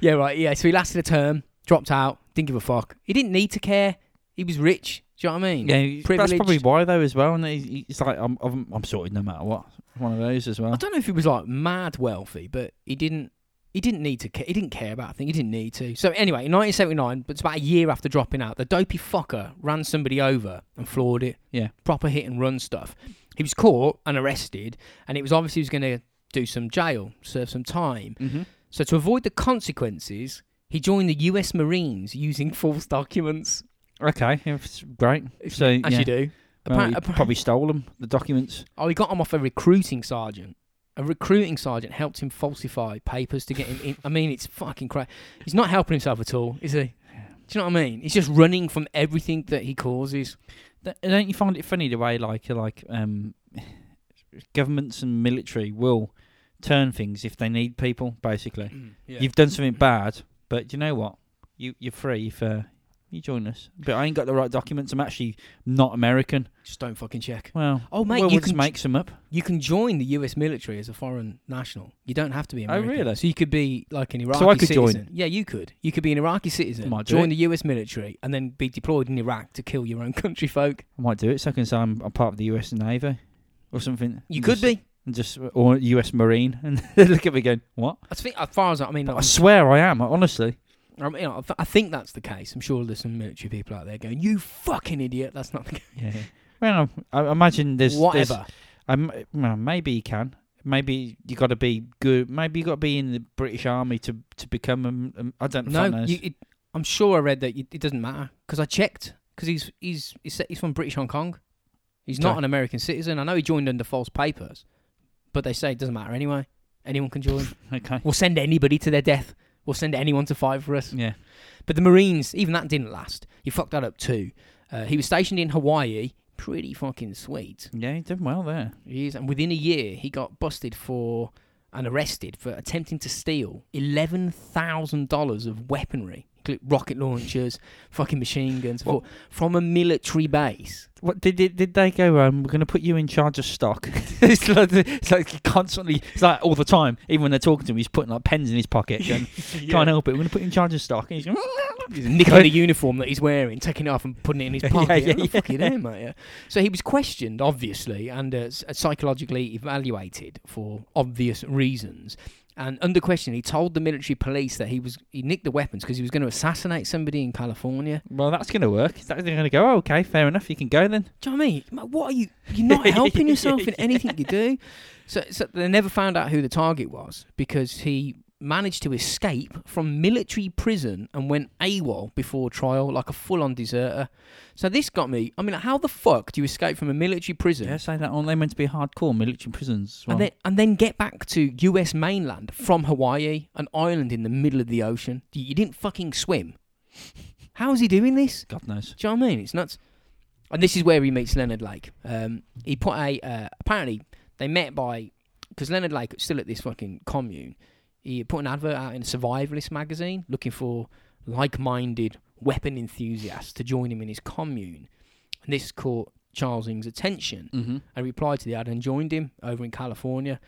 yeah, right, yeah. So he lasted a term, dropped out, didn't give a fuck. He didn't need to care. He was rich. Do you know what I mean? Yeah, that's probably privileged. why though as well. And he- he- it's like I'm, I'm I'm sorted no matter what. One of those as I well. don't know if he was like mad wealthy, but he didn't. He didn't need to. Care. He didn't care about a thing. He didn't need to. So anyway, in 1979, but it's about a year after dropping out, the dopey fucker ran somebody over and floored it. Yeah. proper hit and run stuff. He was caught and arrested, and it was obviously he was going to do some jail, serve some time. Mm-hmm. So to avoid the consequences, he joined the U.S. Marines using false documents. Okay, it's great. So As yeah. you do. Well, Appar- he appar- probably stole them, the documents. Oh, he got him off a recruiting sergeant. A recruiting sergeant helped him falsify papers to get him in. I mean, it's fucking crazy. He's not helping himself at all, is he? Do you know what I mean? He's just running from everything that he causes. Th- Don't you find it funny the way like like um, governments and military will turn things if they need people? Basically, you've done something bad, but you know what? You you're free if uh, you join us. But I ain't got the right documents. I'm actually not American. just don't fucking check. Well, Oh, well, mate, you we'll just can- make some up. You can join the U.S. military as a foreign national. You don't have to be Oh, American. really? So you could be like an Iraqi I could join? citizen. Yeah, you could. You could be an Iraqi citizen, Might do join it. the U.S. military, and then be deployed in Iraq to kill your own country folk. I might do it so I can say I'm, I'm part of the U.S. Navy or something. You And could just- be. and just or U.S. Marine, and they look at me going, "What?" I think, as far as I I mean, But I I'm- swear I am. Honestly, I, mean, I, th- I think that's the case. I'm sure there's some military people out there going, "You fucking idiot!" That's not the case. yeah. Well, I I imagine there's there's- Whatever. Um, well, maybe you can. Maybe you got to be good. Maybe you got to be in the British Army to to become. Um, um, I don't know. no, you, it, I'm sure I read that it, it doesn't matter because I checked because he's he's he's sa- he's from British Hong Kong. He's not Okay. an American citizen. I know he joined under false papers, but they say it doesn't matter anyway. Anyone can join. Okay. We'll send anybody to their death. We'll send anyone to fight for us. Yeah. But the Marines, even that didn't last. You fucked that up too. Uh, he was stationed in Hawaii. Pretty fucking sweet. Yeah, he did well there. He is, and within a year, he got busted for and arrested for attempting to steal eleven thousand dollars of weaponry, including rocket launchers, fucking machine guns, What- from a military base. What did did, did they go? Um, we're going to put you in charge of stock. it's like it's like constantly. It's like all the time. Even when they're talking to him, he's putting like pens in his pocket. Going, Can't help it. We're going to put you in charge of stock. And he's going, He's nicking the uniform that he's wearing, taking it off and putting it in his Yeah, pocket. yeah, Oh, yeah. fucking hell, mate, yeah. So he was questioned, obviously, and uh, s- psychologically evaluated for obvious reasons. And under question, he told the military police that he was he nicked the weapons because he was going to assassinate somebody in California. "Hmm, well, that's going to work. Is that- They're going to go. Oh, okay, fair enough. You can go then. Do you know what I mean? Mate, What are you? You're not helping yourself in anything you do. So, so they never found out who the target was because he managed to escape from military prison and went AWOL before trial, like a full-on deserter. So this got me. I mean, how the fuck do you escape from a military prison Yeah, say that. Aren't they meant to be hardcore military prisons? as well? and then and then get back to U.S. mainland from Hawaii, an island in the middle of the ocean? You, you didn't fucking swim. How is he doing this? God knows. Do you know what I mean? It's nuts. And this is where he meets Leonard Lake. Um, he put a uh, apparently they met by because Leonard Lake was still at this fucking commune. He put an advert out in a survivalist magazine looking for like-minded weapon enthusiasts to join him in his commune. And this caught Charles Ng's attention Mm-hmm. and replied to the ad and joined him over in California.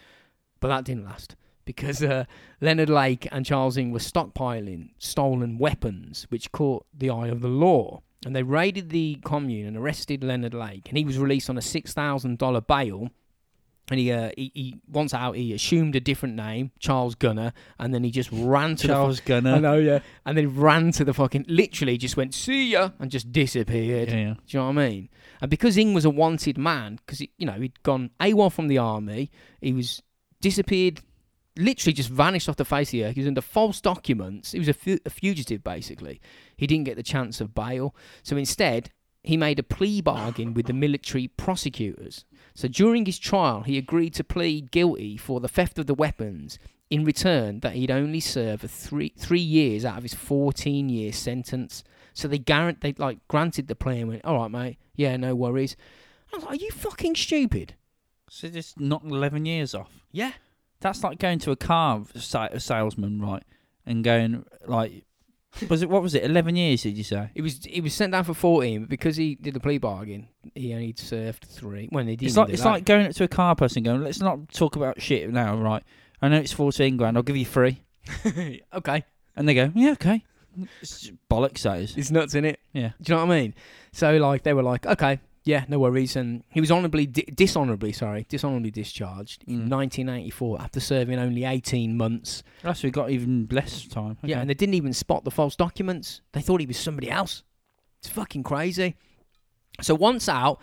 But that didn't last because uh, Leonard Lake and Charles Ng were stockpiling stolen weapons, which caught the eye of the law. And they raided the commune and arrested Leonard Lake, and he was released on a six thousand dollar bail. And he, uh, he, he once out, he assumed a different name, Charles Gunner, and then he just ran to Charles the. fu- I Gunner. know, yeah. And then ran to the fucking, literally just went, see ya, and just disappeared. Yeah, yeah. Do you know what I mean? And because Ing was a wanted man, because you know he'd gone AWOL from the army, he was disappeared, literally just vanished off the face of the earth. He was under false documents. He was a, fu- a fugitive basically. He didn't get the chance of bail, so instead he made a plea bargain with the military prosecutors. So during his trial, he agreed to plead guilty for the theft of the weapons. In return, that he'd only serve a three three years out of his fourteen year sentence. So they guarant they like granted the play and went, "All right, mate, yeah, no worries." I was like, "Are you fucking stupid?" So just knocked eleven years off. Yeah, That's like going to a car sa- a salesman, right, and going like, was it what was it? Eleven years, did you say? it was it was sent down for fourteen, but because he did the plea bargain, he only served three. When they did, It's like it's like going up to a car person, going, let's not talk about shit now, right? I know it's fourteen grand. I'll give you three, like okay, and they go, yeah, okay. It's just bollocks, that is. it's nuts in it. Yeah. Do you know what I mean? So like they were like, "Okay, yeah, no worries," and he was honorably di- dishonorably sorry dishonorably discharged in Mm. 1984 after serving only 18 months. Plus, we got even less time. Okay. Yeah, and they didn't even spot the false documents. They thought he was somebody else. It's fucking crazy. So once out,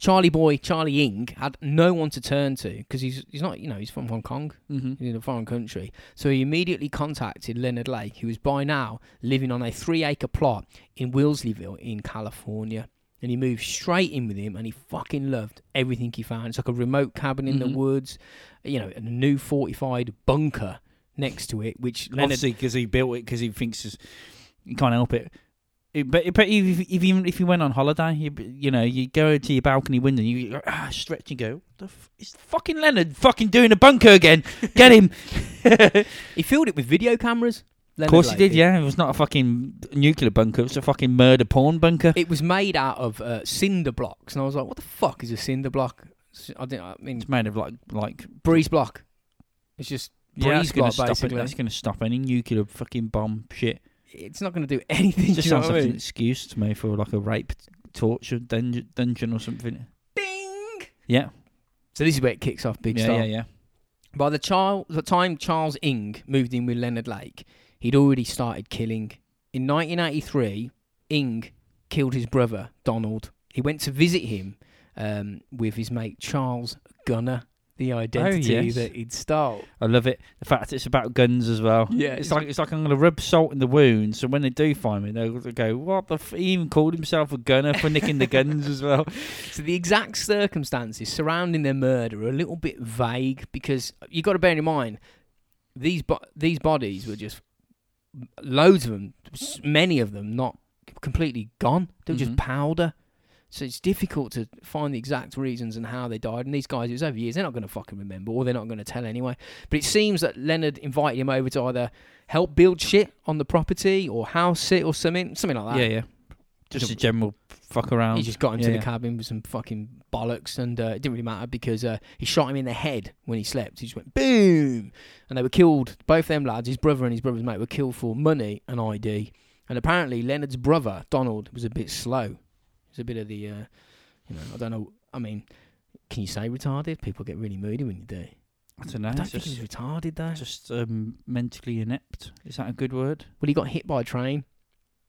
Charlie Boy, Charlie Ing had no one to turn to because he's he's not you know he's from Hong Kong, hmm he's in a foreign country. So he immediately contacted Leonard Lake, who was by now living on a three-acre plot in Willsleyville in California. And he moved straight in with him, and he fucking loved everything he found. It's like a remote cabin in Mhm. the woods, you know, a new fortified bunker next to it, which Leonard Obviously, because he built it, because he thinks it's, he can't help it. It- But, but if, if even if you went on holiday, you you know you go to your balcony window, and you ah, stretch and go, the f- is fucking Leonard fucking doing a bunker again? Get him! He filled it with video cameras. of course he did. Yeah, it was not a fucking nuclear bunker; it was a fucking murder porn bunker. It was made out of uh, cinder blocks, and I was like, "What the fuck is a cinder block?" S- I didn't. I mean, It's made of like like breeze block. It's just yeah, that's breeze gonna block, stop it. basically. That's gonna stop any nuclear fucking bomb shit. It's not going to do anything. It just do you know sounds what I like an mean? excuse to me for like a rape, torture dungeon, dungeon or something. Ding. Yeah, So this is where it kicks off, big yeah, style. yeah, yeah. By the, char- the time Charles Ing moved in with Leonard Lake, he'd already started killing. In 1983, Ing killed his brother, Donald. He went to visit him um, with his mate Charles Gunner. the identity Oh, yes. that he'd stole. I love it. The fact it's about guns as well. Yeah, it's it's like it's like I'm gonna rub salt in the wound, so when they do find me, they'll go, "What the? F-? He even called himself a gunner for nicking the guns as well." So the exact circumstances surrounding their murder are a little bit vague because you got to bear in mind these bo- these bodies were just loads of them, s- many of them not c- completely gone. They were Mhm. just powder. So it's difficult to find the exact reasons and how they died. And these guys, it was over years. They're not going to fucking remember, or they're not going to tell anyway. But it seems that Leonard invited him over to either help build shit on the property or house it or something, something like that. yeah, yeah. Just a general fuck around. He just got him Yeah, to the yeah. cabin with some fucking bollocks, and uh, it didn't really matter because uh, he shot him in the head when he slept. He just went boom, and they were killed. Both them lads, his brother and his brother's mate, were killed for money and ID. And apparently, Leonard's brother Donald was a bit slow. It was a bit of the, uh, you know, I don't know. I mean, can you say retarded? People get really moody when you do. I don't know. I don't it's think just, he's retarded though. just um, mentally inept. Is that a good word? Well, he got hit by a train.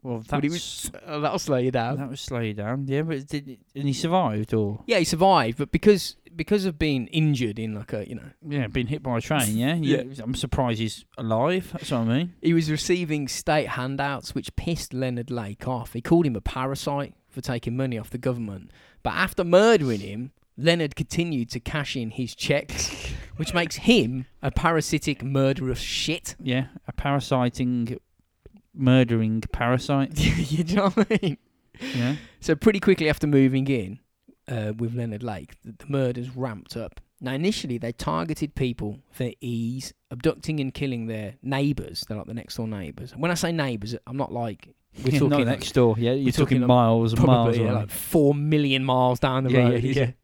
Well, Well, he that's, was- uh, that'll slow you down. that was slow you down. Yeah, but did and he survived or Yeah, he survived, but because because of being injured in like a you know yeah, been hit by a train. Yeah, Yeah. I'm surprised he's alive. That's what I mean. He was receiving state handouts, which pissed Leonard Lake off. He called him a parasite for taking money off the government. But after murdering him, Leonard continued to cash in his checks, which makes him a parasitic murderous shit. Yeah, a parasiting, murdering parasite. you know what I mean? Yeah. So pretty quickly after moving in uh, with Leonard Lake, the, the murders ramped up. Now initially they targeted people for ease, abducting and killing their neighbours. They're like the next door neighbours. When I say neighbours, I'm not like we're Yeah, talking not like next door. Yeah, you're talking, talking like miles and miles. probably yeah, away. like four million miles down the Yeah, road. yeah, is it?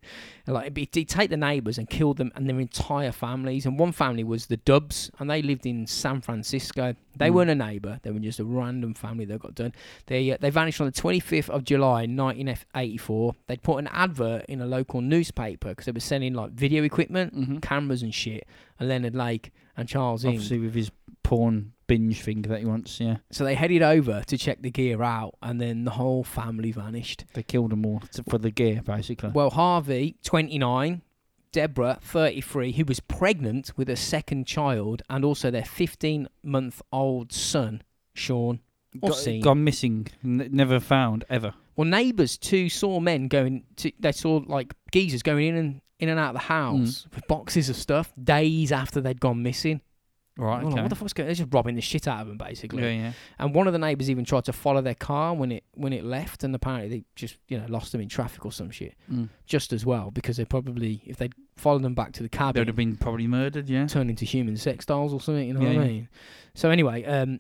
And, Like he'd he'd take the neighbours and kill them and their entire families. And one family was the Dubs, and they lived in San Francisco. They Mm. weren't a neighbour; they were just a random family that got done. They uh, they vanished on the 25th of July, 1984. They'd put an advert in a local newspaper because they were selling like video equipment, Mhm. cameras, and shit. And Leonard Lake and Charles Ing Obviously, with his porn binge thing that he wants. Yeah, So they headed over to check the gear out, and then the whole family vanished. they killed him all to, for the gear, basically. Well, Harvey, 29, Deborah, 33, who was pregnant with a second child and also their 15 month old son, Sean. or Got, seen. gone missing, n- never found ever. Well, neighbours too saw men going to, they saw like geezers going in and in and out of the house Mm. with boxes of stuff days after they'd gone missing. Right. Well, like, okay. what the fuck's going? They're just robbing the shit out of them, basically. yeah, yeah. And one of the neighbours even tried to follow their car when it when it left, and apparently they just you know lost them in traffic or some shit. Mm. Just as well because they probably if they'd followed them back to the They cabin, would have been probably murdered. Yeah. turned into human sex dolls or something. You know Yeah, what I yeah. mean? So anyway, um,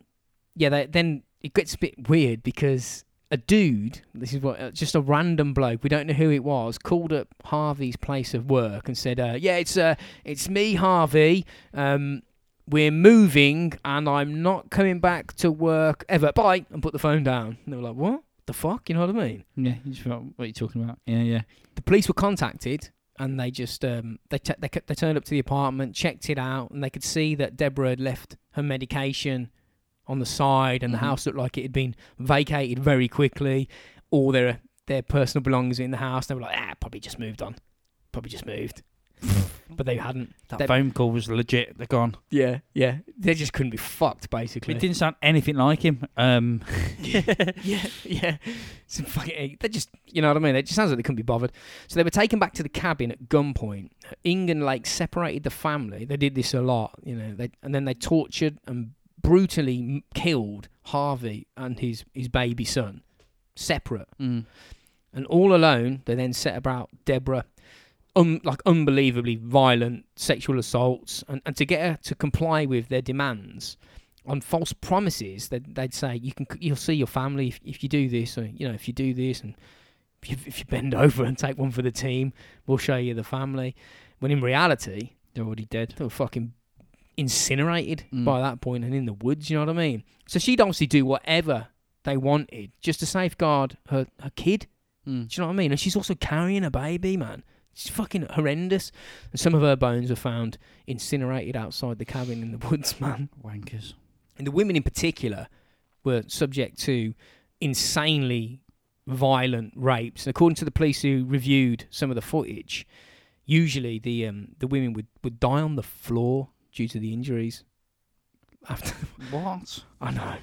yeah. They, then it gets a bit weird because a dude, this is what, uh, just a random bloke, we don't know who it was, called up Harvey's place of work and said, uh, "Yeah, it's uh, it's me, Harvey. Um, we're moving, and I'm not coming back to work ever. Bye." And put the phone down. And they were like, "What the fuck?" You know what I mean? Yeah. You just thought, what are you talking about? Yeah, yeah. the police were contacted and they just um, they, t- they, c- they turned up to the apartment checked it out and they could see that deborah had left her medication on the side and Mhm. the house looked like it had been vacated very quickly all their their personal belongings in the house they were like ah probably just moved on probably just moved but they hadn't That They- phone call was legit. They're gone. yeah yeah they just couldn't be fucked basically It didn't sound anything like him. Um. yeah, yeah. Some fucking. They just, you know what I mean. It just sounds like they couldn't be bothered. So they were taken back to the cabin at gunpoint. Ing and Lake separated the family. They did this a lot, you know. They and then they tortured and brutally m- killed Harvey and his his baby son, separate mm. and all alone. They then set about Deborah. Um, like unbelievably violent sexual assaults, and, and to get her to comply with their demands on false promises, they'd, they'd say you can c- you'll see your family if, if you do this, or you know if you do this, and if you, if you bend over and take one for the team, we'll show you the family. When in reality, They're already dead. they were fucking incinerated Mm. by that point and in the woods, you know what I mean? So she'd obviously do whatever they wanted just to safeguard her, her kid. Mm. Do you know what I mean? And she's also carrying a baby, man. It's fucking horrendous. And some of her bones were found incinerated outside the cabin in the woods, man. Wankers. And the women in particular were subject to insanely violent rapes. And according to the police who reviewed some of the footage, usually the um, the women would, would die on the floor due to the injuries. After What? I know,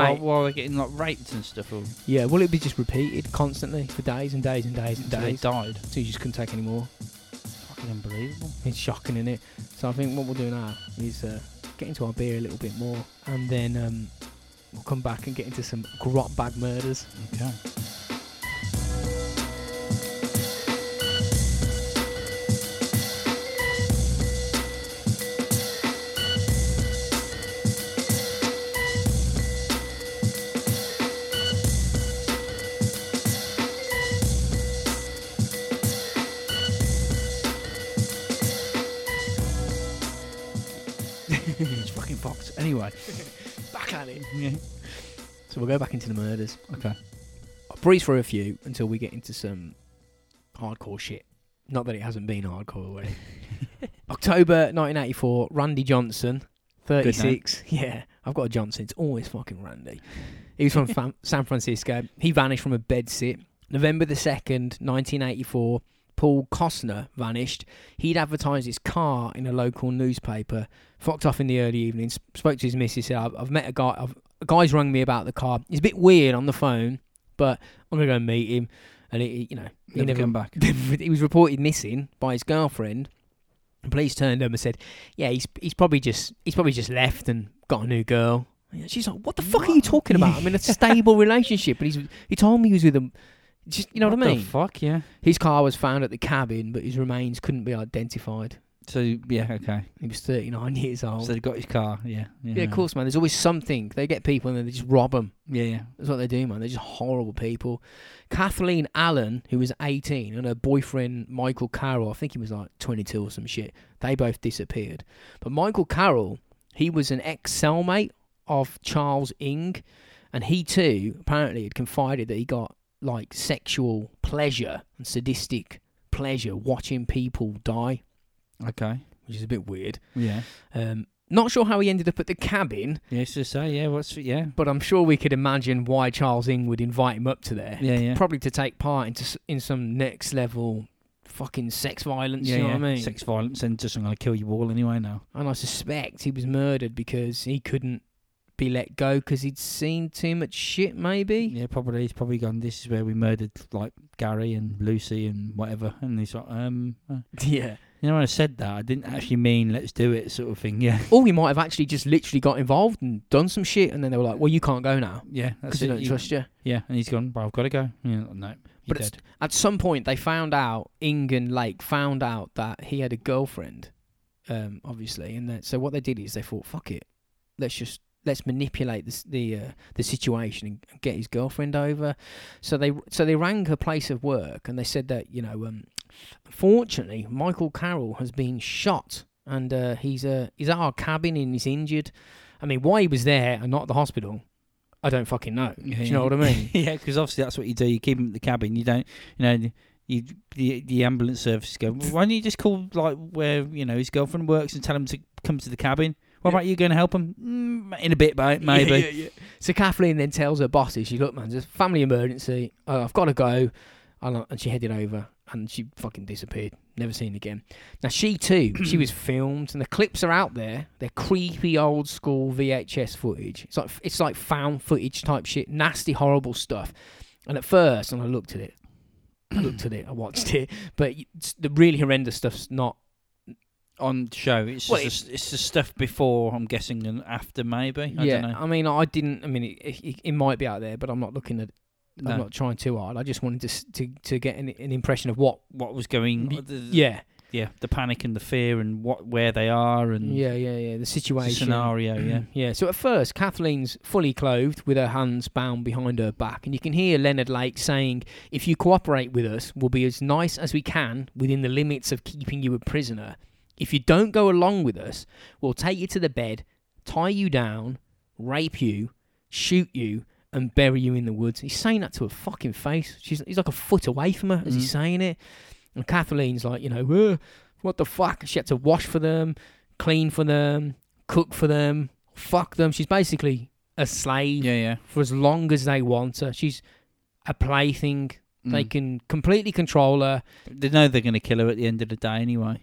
While, mate. while they're getting like raped and stuff, or yeah, well, it'd be just repeated constantly for days and days and days and until they days. died. So you just couldn't take any more. Fucking unbelievable. It's shocking, isn't it? So I think what we'll do now is uh, get into our beer a little bit more, and then um, we'll come back and get into some grot bag murders. Okay. it's fucking box. Anyway. Back at it. Yeah. So we'll go back into the murders. Okay. I'll breeze through a few until we get into some hardcore shit. Not that it hasn't been hardcore already. October 1984, Randy Johnson, 36. Yeah, I've got a Johnson. It's always fucking Randy. He was from Fam- San Francisco. He vanished from a bed sit. November the 2nd, 1984, Paul Costner vanished. He'd advertised his car in a local newspaper, fucked off in the early evening, sp- spoke to his missus, said, I've, I've met a guy, I've, a guy's rung me about the car. He's a bit weird on the phone, but I'm going to go and meet him. And, he, he- you know, he Never never come back. he was reported missing by his girlfriend. The police turned him and said, "Yeah, he's he's probably just he's probably just left and got a new girl." And She's like, "What the fuck are you talking about? I'm in a stable relationship." And he's he told me he was with him. Just you know what, I mean? The fuck yeah. his car was found at the cabin, but his remains couldn't be identified. So yeah, okay. He was 39 years old. So they got his car. Yeah. Oh. Yeah. yeah, of course, man. There's always something. They get people and then they just rob them. Yeah, yeah. That's what they do, man. They're just horrible people. Kathleen Allen, who was 18, and her boyfriend Michael Carroll, I think he was like 22 or some shit, they both disappeared. But Michael Carroll, he was an ex cellmate of Charles Ing, and he too apparently had confided that he got like sexual pleasure and sadistic pleasure watching people die, Okay. which is a bit weird. Yeah. Um, not sure how he ended up at the cabin, Yeah, it's just say, yeah, what's yeah. but I'm sure we could imagine why Charles Ing would invite him up to there. Yeah, yeah. probably to take part into s- in some next level fucking sex violence. yeah, you know yeah. what I mean? Sex violence and just I'm gonna kill you all anyway now. And I suspect he was murdered because he couldn't be let go because he'd seen too much shit. Maybe. Yeah, probably he's probably gone, This is where we murdered like Gary and Lucy and whatever and he's like, um uh, Yeah. you know when I said that I didn't actually mean let's do it sort of thing, yeah. Or he might have actually just literally got involved and done some shit, and then they were like, "Well, you can't go now Yeah, that's because they it. don't You- trust you." yeah, and he's gone, Well I've gotta go. Yeah, no. You're But it's- dead. At some point, they found out Ing and Lake found out that he had a girlfriend, um, obviously, and that, so what they did is they thought, "Fuck it, let's just let's manipulate this, the uh, the situation and get his girlfriend over." So they so they rang her place of work and they said that you know, um, fortunately, Michael Carroll has been shot and uh, he's uh, he's at our cabin and he's injured. I mean, why he was there and not at the hospital, I don't fucking know. Yeah, Do you yeah. know what I mean? yeah, because obviously that's what you do. You keep him at the cabin. You don't, you know, you the the ambulance services go. Why don't you just call like where you know his girlfriend works and tell him to come to the cabin? What Yeah. about you going to help him mm, in a bit, mate? Maybe. Yeah, yeah, yeah. So Kathleen then tells her bosses, "She look, man, there's a family emergency. Uh, I've got to go," and, uh, and she headed over, and she fucking disappeared. Never seen again. Now she too, she was filmed, and the clips are out there. They're creepy old school VHS footage. It's like it's like found footage type shit, nasty, horrible stuff. And at first, and I looked at it, I looked at it, I watched it, but it's- the really horrendous stuff's not On show, it's Well, just it's the stuff before I'm guessing and after maybe. I yeah, don't know. I mean, I didn't. I mean, it, it, it might be out there, but I'm not looking at. No. I'm not trying too hard. I just wanted to s- to, to get an, an impression of what. What was going? Y- the, Yeah, yeah, the panic and the fear and what where they are and yeah, yeah, yeah. The the situation. scenario. yeah, yeah. So at first, Kathleen's fully clothed with her hands bound behind her back, and you can hear Leonard Lake saying, "If you cooperate with us, we'll be as nice as we can within the limits of keeping you a prisoner. If you don't go along with us, we'll take you to the bed, tie you down, rape you, shoot you, and bury you in the woods." He's saying that to her fucking face. She's he's like a foot away from her as Mm. he's saying it, and Kathleen's like, you know, "Uh, what the fuck? She had to wash for them, clean for them, cook for them, fuck them. She's basically a slave yeah, yeah. for as long as they want her. She's a plaything Mm. They can completely control her. They know they're going to kill her at the end of the day anyway.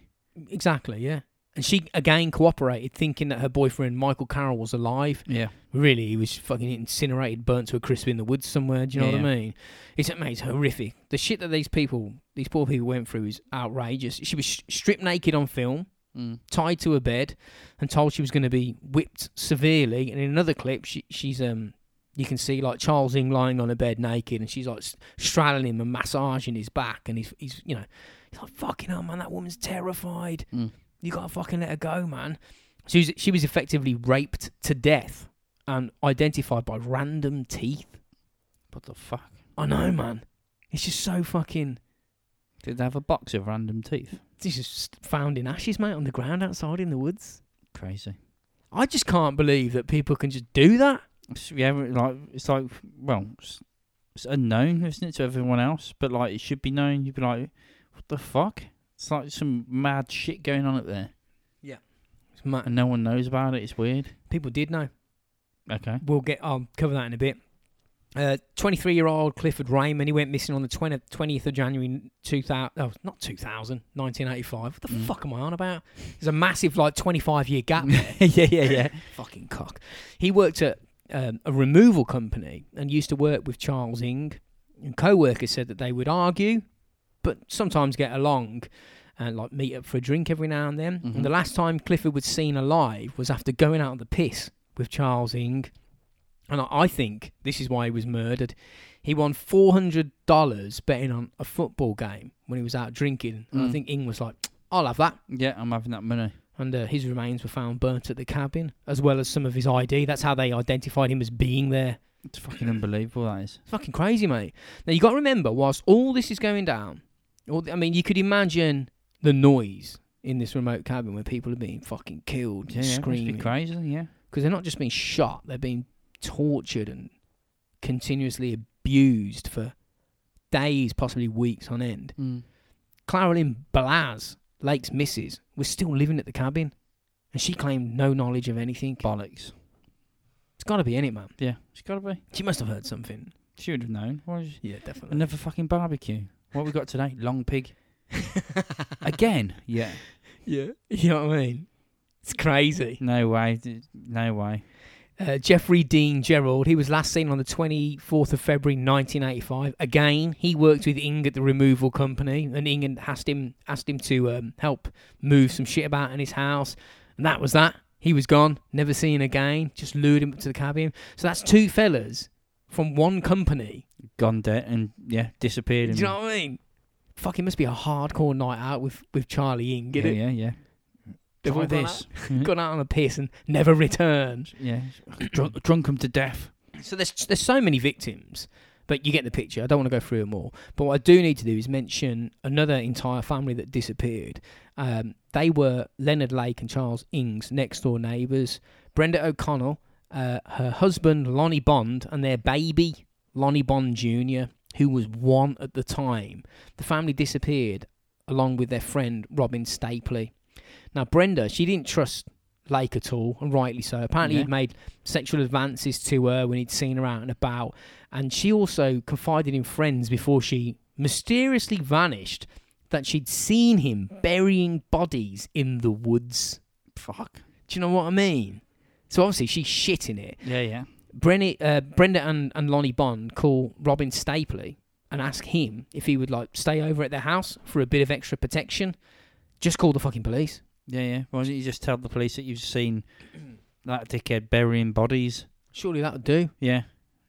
Exactly, yeah. And she again cooperated, thinking that her boyfriend Michael Carroll was alive. Yeah. Really, he was fucking incinerated, burnt to a crisp in the woods somewhere. Do you know Yeah. what I mean? It's mate, it's horrific. The shit that these people, these poor people, went through is outrageous. She was sh- stripped naked on film, Mm. tied to a bed, and told she was going to be whipped severely. And in another clip, she, she's um, you can see like Charles Ing lying on a bed naked, and she's like s- straddling him and massaging his back, and he's he's you know, he's like fucking hell, man, that woman's terrified. Mm. You gotta fucking let her go, man. She was she was effectively raped to death and identified by random teeth. What the fuck? I know, man. It's just so fucking. Did they have a box of random teeth? This is found in ashes, mate, on the ground outside in the woods. Crazy. I just can't believe that people can just do that. It's, yeah, but, like it's like well, it's, it's unknown, isn't it, to everyone else? But like it should be known. You'd be like, what the fuck? It's like some mad shit going on up there, It's mad. and no one knows about it. It's weird. People did know. Okay. We'll get. I'll cover that in a bit. Uh, 23-year-old Clifford Raymond, he went missing on the 20th, 20th of January 2000, oh, not 2000, 1985. What the Mm. fuck am I on about? There's a massive, like, 25-year gap yeah, yeah, yeah. fucking cock. He worked at um, a removal company and used to work with Charles Ing. And co-workers said that they would argue, but sometimes get along and like meet up for a drink every now and then. Mhm. And the last time Clifford was seen alive was after going out on the piss with Charles Ing. And I- I think this is why he was murdered. He won four hundred dollars betting on a football game when he was out drinking. And Mm. I think Ing was like, "I'll have that." Yeah, I'm having that money. and uh, his remains were found burnt at the cabin, as well as some of his ID. That's how they identified him as being there. It's fucking unbelievable. That is. It's fucking crazy, mate. Now you got to remember, whilst all this is going down, all the, I mean, you could imagine the noise in this remote cabin where people are being fucking killed, Yeah, and yeah. must be screaming, because crazy. Yeah. they're not just being shot; they're being tortured and continuously abused for days, possibly weeks on end. Mm. Clarolyn Blaz, Lake's missus, was still living at the cabin, and she claimed no knowledge of anything. Bollocks. It's got to be in it, man. Yeah. It's gotta be. She must have heard something. She would have known. Why is Yeah, definitely. another fucking barbecue? What we got today? Long pig. Again. Yeah. yeah, you know what I mean. It's crazy. No way. d- No way. Uh, Jeffrey Dean Gerald. He was last seen on the twenty fourth of February, nineteen eighty five. Again, he worked with Ing at the removal company, and Ing and asked him asked him to um, help move some shit about in his house, and that was that. He was gone, never seen again. Just lured him up to the cabin. So that's two fellas from one company. Gone dead and yeah, disappeared. Do and you know what I mean? Fuck, it must be a hardcore night out with with Charlie Ing. yeah, innit? yeah, yeah. They've Try all gone this. gone out on a piss and never returned. yeah, drunk, drunk 'em to death. So there's there's so many victims, but you get the picture. I don't want to go through them all, but what I do need to do is mention another entire family that disappeared. Um, they were Leonard Lake and Charles Ings, next door neighbours. Brenda O'Connell, uh, her husband Lonnie Bond, and their baby Lonnie Bond Jr., who was one at the time. The family disappeared along with their friend Robin Stapley. Now Brenda, she didn't trust Lake at all, and rightly so. Apparently, Yeah. he'd made sexual advances to her when he'd seen her out and about. And she also confided in friends before she mysteriously vanished that she'd seen him burying bodies in the woods. Fuck. Do you know what I mean? So obviously she's shitting it. Yeah, yeah. Brenny, uh, Brenda and, and Lonnie Bond call Robin Stapley and ask him if he would like stay over at their house for a bit of extra protection. Just call the fucking police. Yeah, yeah. Why don't you just tell the police that you've seen that dickhead burying bodies? Surely that would do. Yeah,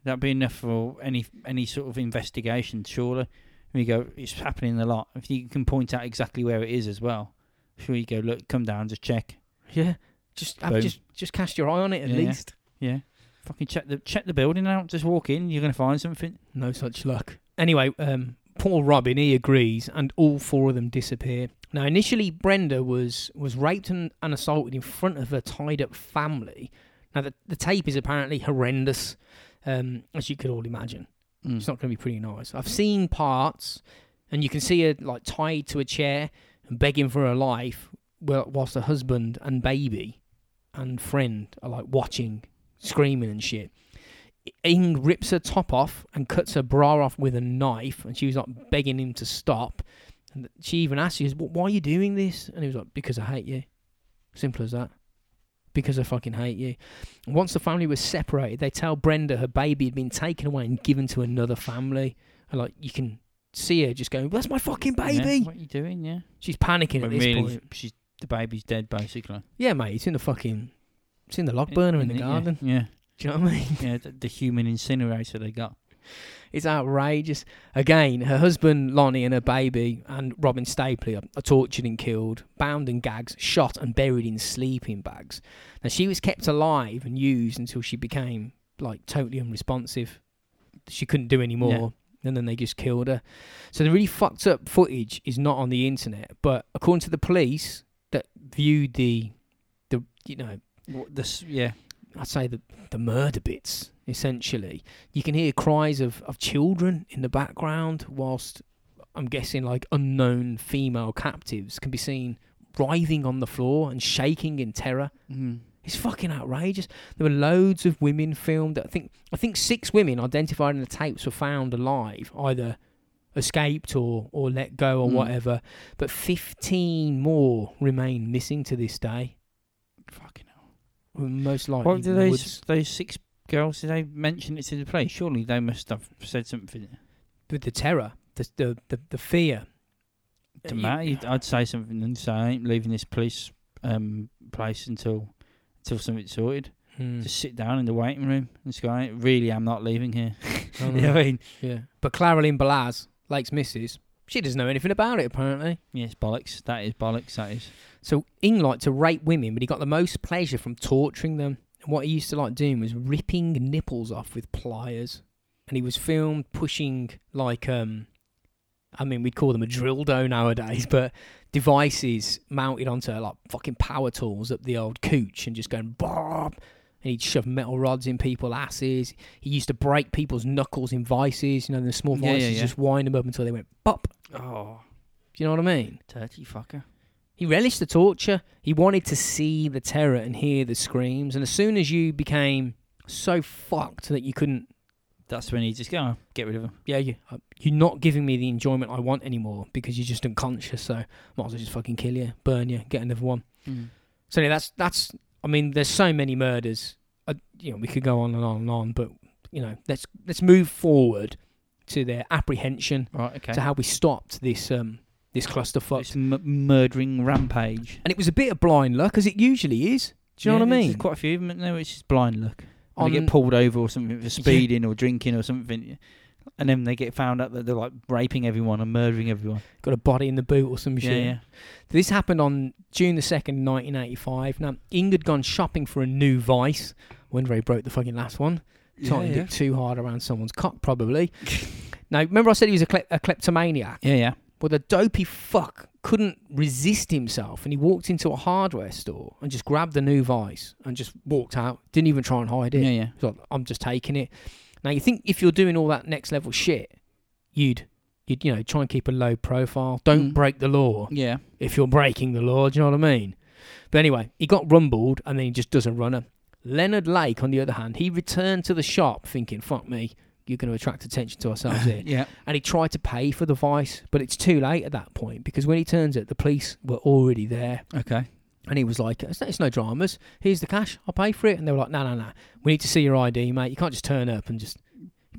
that'd be enough for any any sort of investigation, surely. And you go, it's happening a lot. If you can point out exactly where it is as well, sure you go, look, come down, just check. Yeah. Just have, Boom. just just cast your eye on it at Yeah. least. Yeah, fucking check the check the building out. Just walk in, you're gonna find something. No such luck. Anyway, um, poor Robin, he agrees, and all four of them disappear. Now, initially, Brenda was, was raped and, and assaulted in front of her tied up family. Now, the, the tape is apparently horrendous, um, as you could all imagine. Mm. It's not going to be pretty nice. I've seen parts, and you can see her like tied to a chair and begging for her life, wh- whilst her husband and baby and friend are like watching, screaming and shit. Ing rips her top off and cuts her bra off with a knife, and she was like begging him to stop. And she even asked, "She goes, "Wh- why are you doing this?" And he was like, "Because I hate you." Simple as that. Because I fucking hate you. And once the family was separated, they tell Brenda her baby had been taken away and given to another family. And like you can see her just going, "That's my fucking baby." what are you doing? Yeah, She's panicking but at this really, point. she's the baby's dead basically. Yeah, mate, it's in the fucking, it's in the log burner in, the Isn't it? Yeah, garden. Yeah, Do you know what I mean? yeah, the, the human incinerator they got. It's outrageous. Again, her husband Lonnie and her baby and Robin Stapley are, are tortured and killed, bound and gagged, shot and buried in sleeping bags. Now she was kept alive and used until she became like totally unresponsive. She couldn't do any more, and then they just killed her. So the really fucked up footage is not on the internet, but according to the police that viewed the, the you know What this? Yeah, I'd say the the murder bits essentially. You can hear cries of of children in the background, whilst I'm guessing like unknown female captives can be seen writhing on the floor and shaking in terror. mm. It's fucking outrageous. There were loads of women filmed. I think I think six women identified in the tapes were found alive, either escaped or or let go or Mm. whatever. But 15 more remain missing to this day. fucking hell. who Most likely, What did those woods. those six girls? Did they mention it to the police? Surely they must have said something. with the terror, the the the, the fear. to Uh, you- Matt, he'd- I'd say something and say I ain't leaving this police um, place until until something's sorted. Hmm. Just sit down in the waiting room and just go, "I really, I'm not leaving here. I you don't know know. what I mean? yeah. But Clara Lynn Belaz, Lake's missus, she doesn't know anything about it apparently. Yeah, it's bollocks. That is bollocks. That is. So Ing liked to rape women, but he got the most pleasure from torturing them. And what he used to like doing was ripping nipples off with pliers. And he was filmed pushing like um I mean we'd call them a drill dough nowadays, but devices mounted onto like fucking power tools up the old cooch and just going bob and he'd shove metal rods in people's asses. He used to break people's knuckles in vices, you know, the small Yeah, yeah, vices, yeah. just wind them up until they went bop. Oh, Do you know what I mean? dirty fucker. He relished the torture. He wanted to see the terror and hear the screams. And as soon as you became so fucked that you couldn't, That's when he just go "Oh, get rid of him. yeah, you, uh, you're not giving me the enjoyment I want anymore because you're just unconscious. So might as well just fucking kill you, burn you, get another one. So anyway, that's that's. I mean, there's so many murders. Uh, you know, we could go on and on and on, but you know, let's let's move forward to their apprehension, Right. Okay. to how we stopped this um this clusterfuck. It's m- murdering rampage. and it was a bit of blind luck, as it usually is. Do you know Yeah, what I mean? There's quite a few of them isn't there, which is blind luck. And they On- get pulled over or something for speeding or drinking or something, and then they get found out that they're like raping everyone and murdering everyone. got a body in the boot or some Yeah, shit. yeah. This happened on June the 2nd, 1985. Now, Ing had gone shopping for a new vice. Wonder he broke the fucking last one. Tightened it too hard around someone's cock, probably. now, remember I said he was a, klep- a kleptomaniac? yeah, yeah. Well, the dopey fuck couldn't resist himself and he walked into a hardware store and just grabbed the new vice and just walked out. Didn't even try and hide it. Yeah, yeah. He's like, I'm just taking it. Now you think if you're doing all that next level shit, you'd you'd you know try and keep a low profile. Don't Mm. break the law Yeah. if you're breaking the law. Do you know what I mean? But anyway, he got rumbled and then he just doesn't run her. Leonard Lake, on the other hand, he returned to the shop thinking, "Fuck me, you're going to attract attention to ourselves here." Yeah. and he tried to pay for the vice, but it's too late at that point because when he turns it, the police were already there. Okay. And he was like, it's no, it's no dramas. Here's the cash. I'll pay for it. And they were like, no, no, no. We need to see your ID, mate. You can't just turn up and just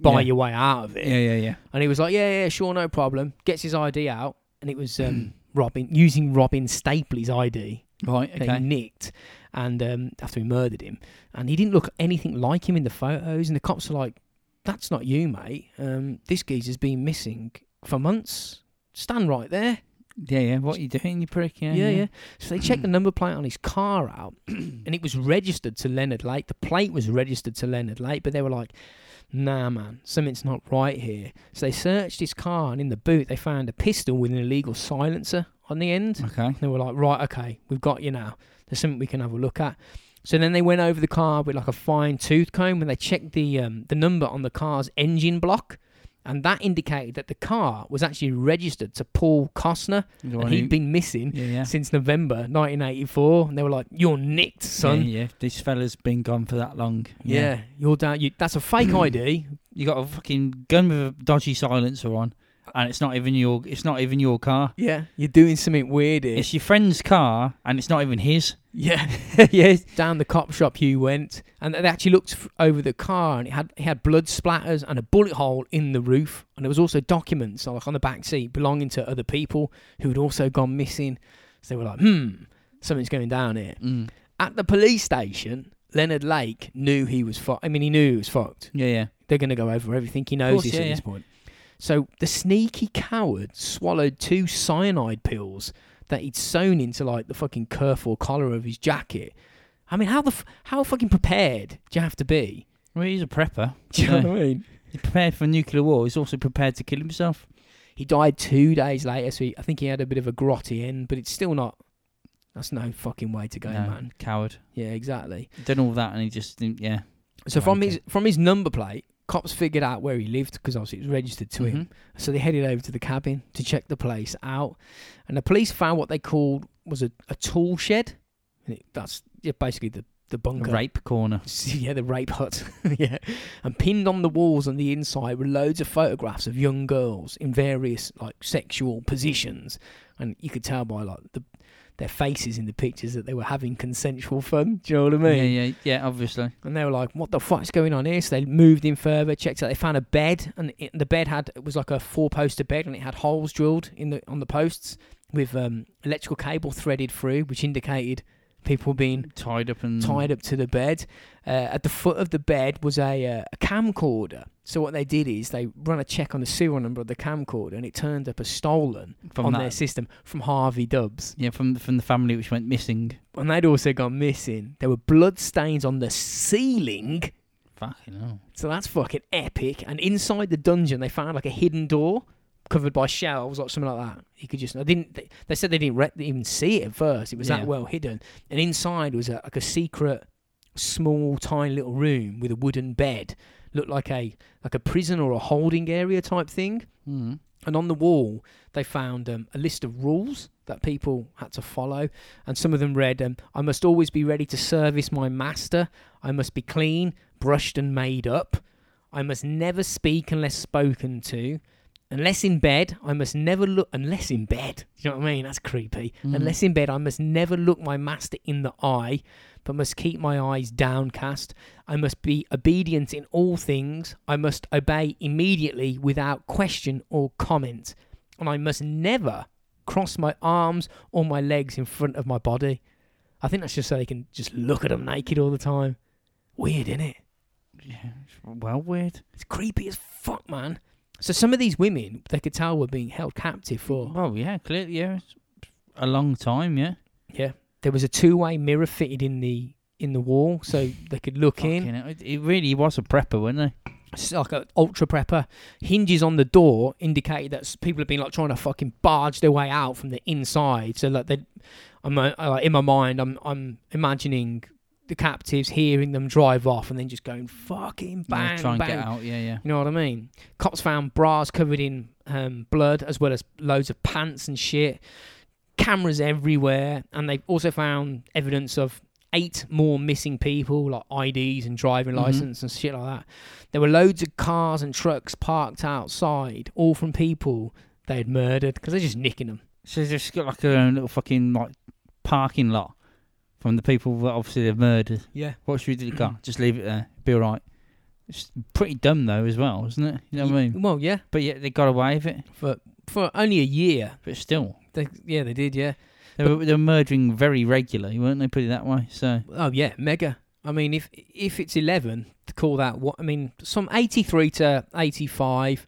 buy Yeah. your way out of it. Yeah, yeah, yeah. And he was like, yeah, yeah, sure, no problem. Gets his ID out. And it was um, Robin, using Robin Stapley's ID Right. that he Okay. nicked and um, after he murdered him. And he didn't look anything like him in the photos. And the cops are like, that's not you, mate. Um, this geezer's been missing for months. Stand right there. Yeah, yeah. What you doing, you prick? Yeah, Yeah, yeah. So they checked the number plate on his car out, and it was registered to Leonard Lake. The plate was registered to Leonard Lake, but they were like, "Nah, man, something's not right here." So they searched his car, and in the boot they found a pistol with an illegal silencer on the end. Okay. They were like, "Right, okay, we've got you now. There's something we can have a look at." So then they went over the car with like a fine tooth comb, and they checked the um, the number on the car's engine block. and that indicated that the car was actually registered to Paul Costner, and he'd been missing yeah, yeah. since November 1984. And they were like, "You're nicked, son. Yeah, yeah. This fella's been gone for that long. Yeah, you're down. You, that's a fake ID. You got a fucking gun with a dodgy silencer on, and it's not even your. It's not even your car. Yeah, you're doing something weird here. It's your friend's car, and it's not even his. yeah, yeah. down the cop shop you went, and they actually looked f- over the car, and it had it had blood splatters and a bullet hole in the roof, and there was also documents like on the back seat belonging to other people who had also gone missing. So they were like, "Hmm, something's going down here." Mm. At the police station, Leonard Lake knew he was fucked. I mean, he knew he was fucked. Yeah, yeah. They're going to go over everything. He knows course, this yeah, at this point. So the sneaky coward swallowed two cyanide pills that he'd sewn into like the fucking cuff or collar of his jacket. I mean, how the f- how fucking prepared do you have to be? Well, he's a prepper. Do you Yeah. know what I mean? He's prepared for nuclear war. He's also prepared to kill himself. He died two days later, so he, I think he had a bit of a grotty end, but it's still not. That's no fucking way to go, No, man. Coward. Yeah, exactly. Done all that, and he just didn't. Yeah. So from Wanker. his from his number plate, cops figured out where he lived because obviously it was registered to him. Mhm. So they headed over to the cabin to check the place out, and the police found what they called was a, a tool shed. And it, that's yeah, basically the the A bunker. Mm-hmm. rape corner. Yeah, the rape hut. yeah, and pinned on the walls on the inside were loads of photographs of young girls in various like sexual positions, and you could tell by like the their faces in the pictures that they were having consensual fun. Do you know what I mean? Yeah, yeah, yeah. Obviously. And they were like, "What the fuck's going on here?" So they moved in further, checked out. They found a bed, and it, the bed had it was like a four-poster bed, and it had holes drilled in the on the posts with um, electrical cable threaded through, which indicated people being Tied up and tied up to the bed. Uh, at the foot of the bed was a, uh, a camcorder. So what they did is they run a check on the serial number of the camcorder, and it turned up as stolen from on that. their system from Harvey Dubs. Yeah, from from the family which went missing. And they'd also gone missing. There were blood stains on the ceiling. Fucking hell. So that's fucking epic. And inside the dungeon, they found like a hidden door covered by shelves, like something like that. You could just, I didn't, they, they said they didn't re- even see it at first. It was Yeah. that well hidden. And inside was a, like a secret, small, tiny little room with a wooden bed. Looked like a like a prison or a holding area type thing. Mm. And on the wall, they found um, a list of rules that people had to follow. And some of them read, um, I must always be ready to service my master. I must be clean, brushed, and made up. I must never speak unless spoken to. Unless in bed, I must never look. Unless in bed. You know what I mean? That's creepy. Mhm. Unless in bed, I must never look my master in the eye, but must keep my eyes downcast. I must be obedient in all things. I must obey immediately without question or comment. And I must never cross my arms or my legs in front of my body. I think that's just so they can just look at them naked all the time. Weird, isn't it? Yeah. it's Well, weird. It's creepy as fuck, man. So some of these women, they could tell were being held captive for. Well, yeah. Clearly, yeah. It's a long time. Yeah. Yeah, there was a two-way mirror fitted in the in the wall, so they could look in. Fucking hell. It, it really was a prepper, wasn't it? It's like an ultra prepper. Hinges on the door indicated that s- people have been like trying to fucking barge their way out from the inside. So like they, I'm uh, uh, in my mind, I'm I'm imagining the captives hearing them drive off and then just going fucking Yeah, bang Try and bang. get out. Yeah, yeah. You know what I mean? Cops found bras covered in um, blood, as well as loads of pants and shit. Cameras everywhere, and they also found evidence of eight more missing people, like IDs and driving Mhm. license and shit like that. There were loads of cars and trucks parked outside, all from people they had murdered because they're just nicking them. So they just got like their own little fucking like parking lot from the people that obviously they've murdered. Yeah. What should we do? with the car? Just leave it there. Be all right. It's pretty dumb though, as well, isn't it? You know what I mean? Well, yeah, But yet they got away with it. for for only a year. But still, They, yeah, they did. Yeah. they were, they were murdering very regularly, weren't they? Put it that way. So Oh yeah, mega. I mean, if if it's eleven, to call that what? I mean, some eighty-three to eighty-five.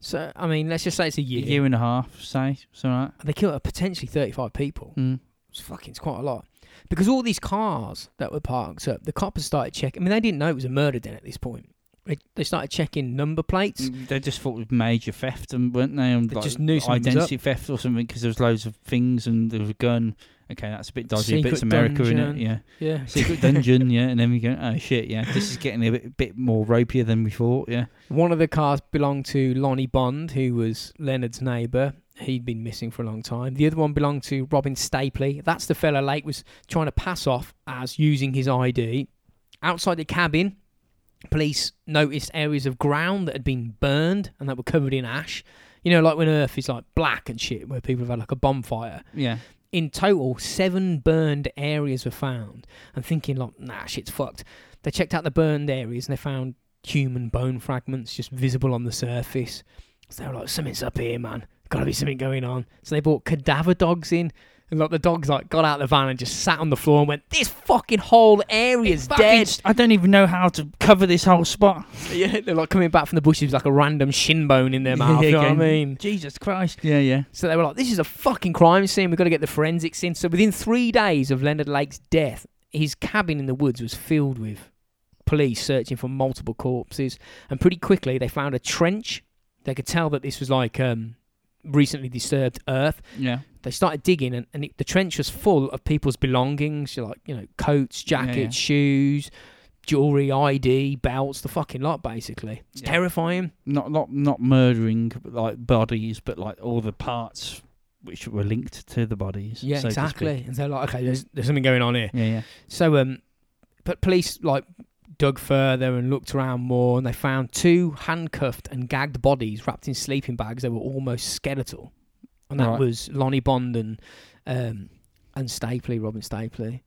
So I mean, let's just say it's a a year. year and a half, say, something like And They killed uh, potentially thirty-five people. that. Mm. It's fucking, it's quite a lot. Because all these cars that were parked up, the coppers started checking. I mean, they didn't know it was a murder den at this point. They- They started checking number plates. Mm, They just thought it was major theft, and weren't they? And They just knew something was identity theft or something because there was loads of things and there was a gun. Okay, that's a bit dodgy, but it's Secret America, isn't dungeon. it? Yeah, Yeah. secret dungeon. Yeah, and then we go, oh shit, yeah, this is getting a bit, bit more ropier than we thought. Yeah, One of the cars belonged to Lonnie Bond, who was Leonard's neighbour. He'd been missing for a long time. The other one belonged to Robin Stapley. That's the fella Lake was trying to pass off as using his ID. Outside the cabin, police noticed areas of ground that had been burned and that were covered in ash. You know, like when Earth is like black and shit, where people have had like a bonfire yeah. in total, seven burned areas were found. And thinking, like, nah, shit's fucked. They checked out the burned areas and they found human bone fragments just visible on the surface. So they were like, something's up here, man. Gotta be something going on. So they brought cadaver dogs in. And like the dogs like got out of the van and just sat on the floor and went, This fucking whole area's Fucking dead. s- I don't even know how to cover this whole spot. yeah, they're like coming back from the bushes with like a random shin bone in their mouth. you know what I Again. mean? Jesus Christ. Yeah, yeah. So they were like, this is a fucking crime scene. We've got to get the forensics in. So within three days of Leonard Lake's death, his cabin in the woods was filled with police searching for multiple corpses. And pretty quickly, they found a trench. They could tell that this was like um, recently disturbed earth. Yeah. They started digging, and, and it, the trench was full of people's belongings, you know, like, you know, coats, Yeah, yeah. jackets, shoes, jewelry, ID, belts, the fucking lot, basically. It's Yeah. terrifying. Not not not murdering like bodies, but like all the parts which were linked to the bodies. Yeah, so to speak. exactly. And they're like, okay, there's, there's something going on here. Yeah, yeah. So, um, but police like dug further and looked around more, and they found two handcuffed and gagged bodies wrapped in sleeping bags. They were almost skeletal, and that Right. was Lonnie Bond and um, and Stapley, Robin Stapley.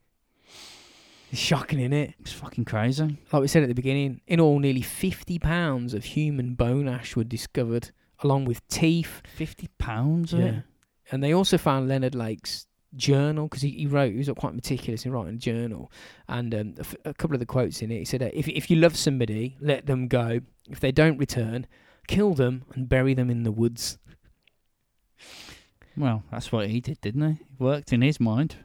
It's shocking, isn't it? It's fucking crazy. Like we said at the beginning, in all, nearly fifty pounds of human bone ash were discovered, along with teeth. Fifty pounds. Yeah. Yeah. And they also found Leonard Lake's journal because he, he wrote, he was quite meticulous in writing a journal. And um, a, f- a couple of the quotes in it, he said, uh, if, if you love somebody, let them go. If they don't return, kill them and bury them in the woods. Well, that's what he did, didn't he? Worked in his mind.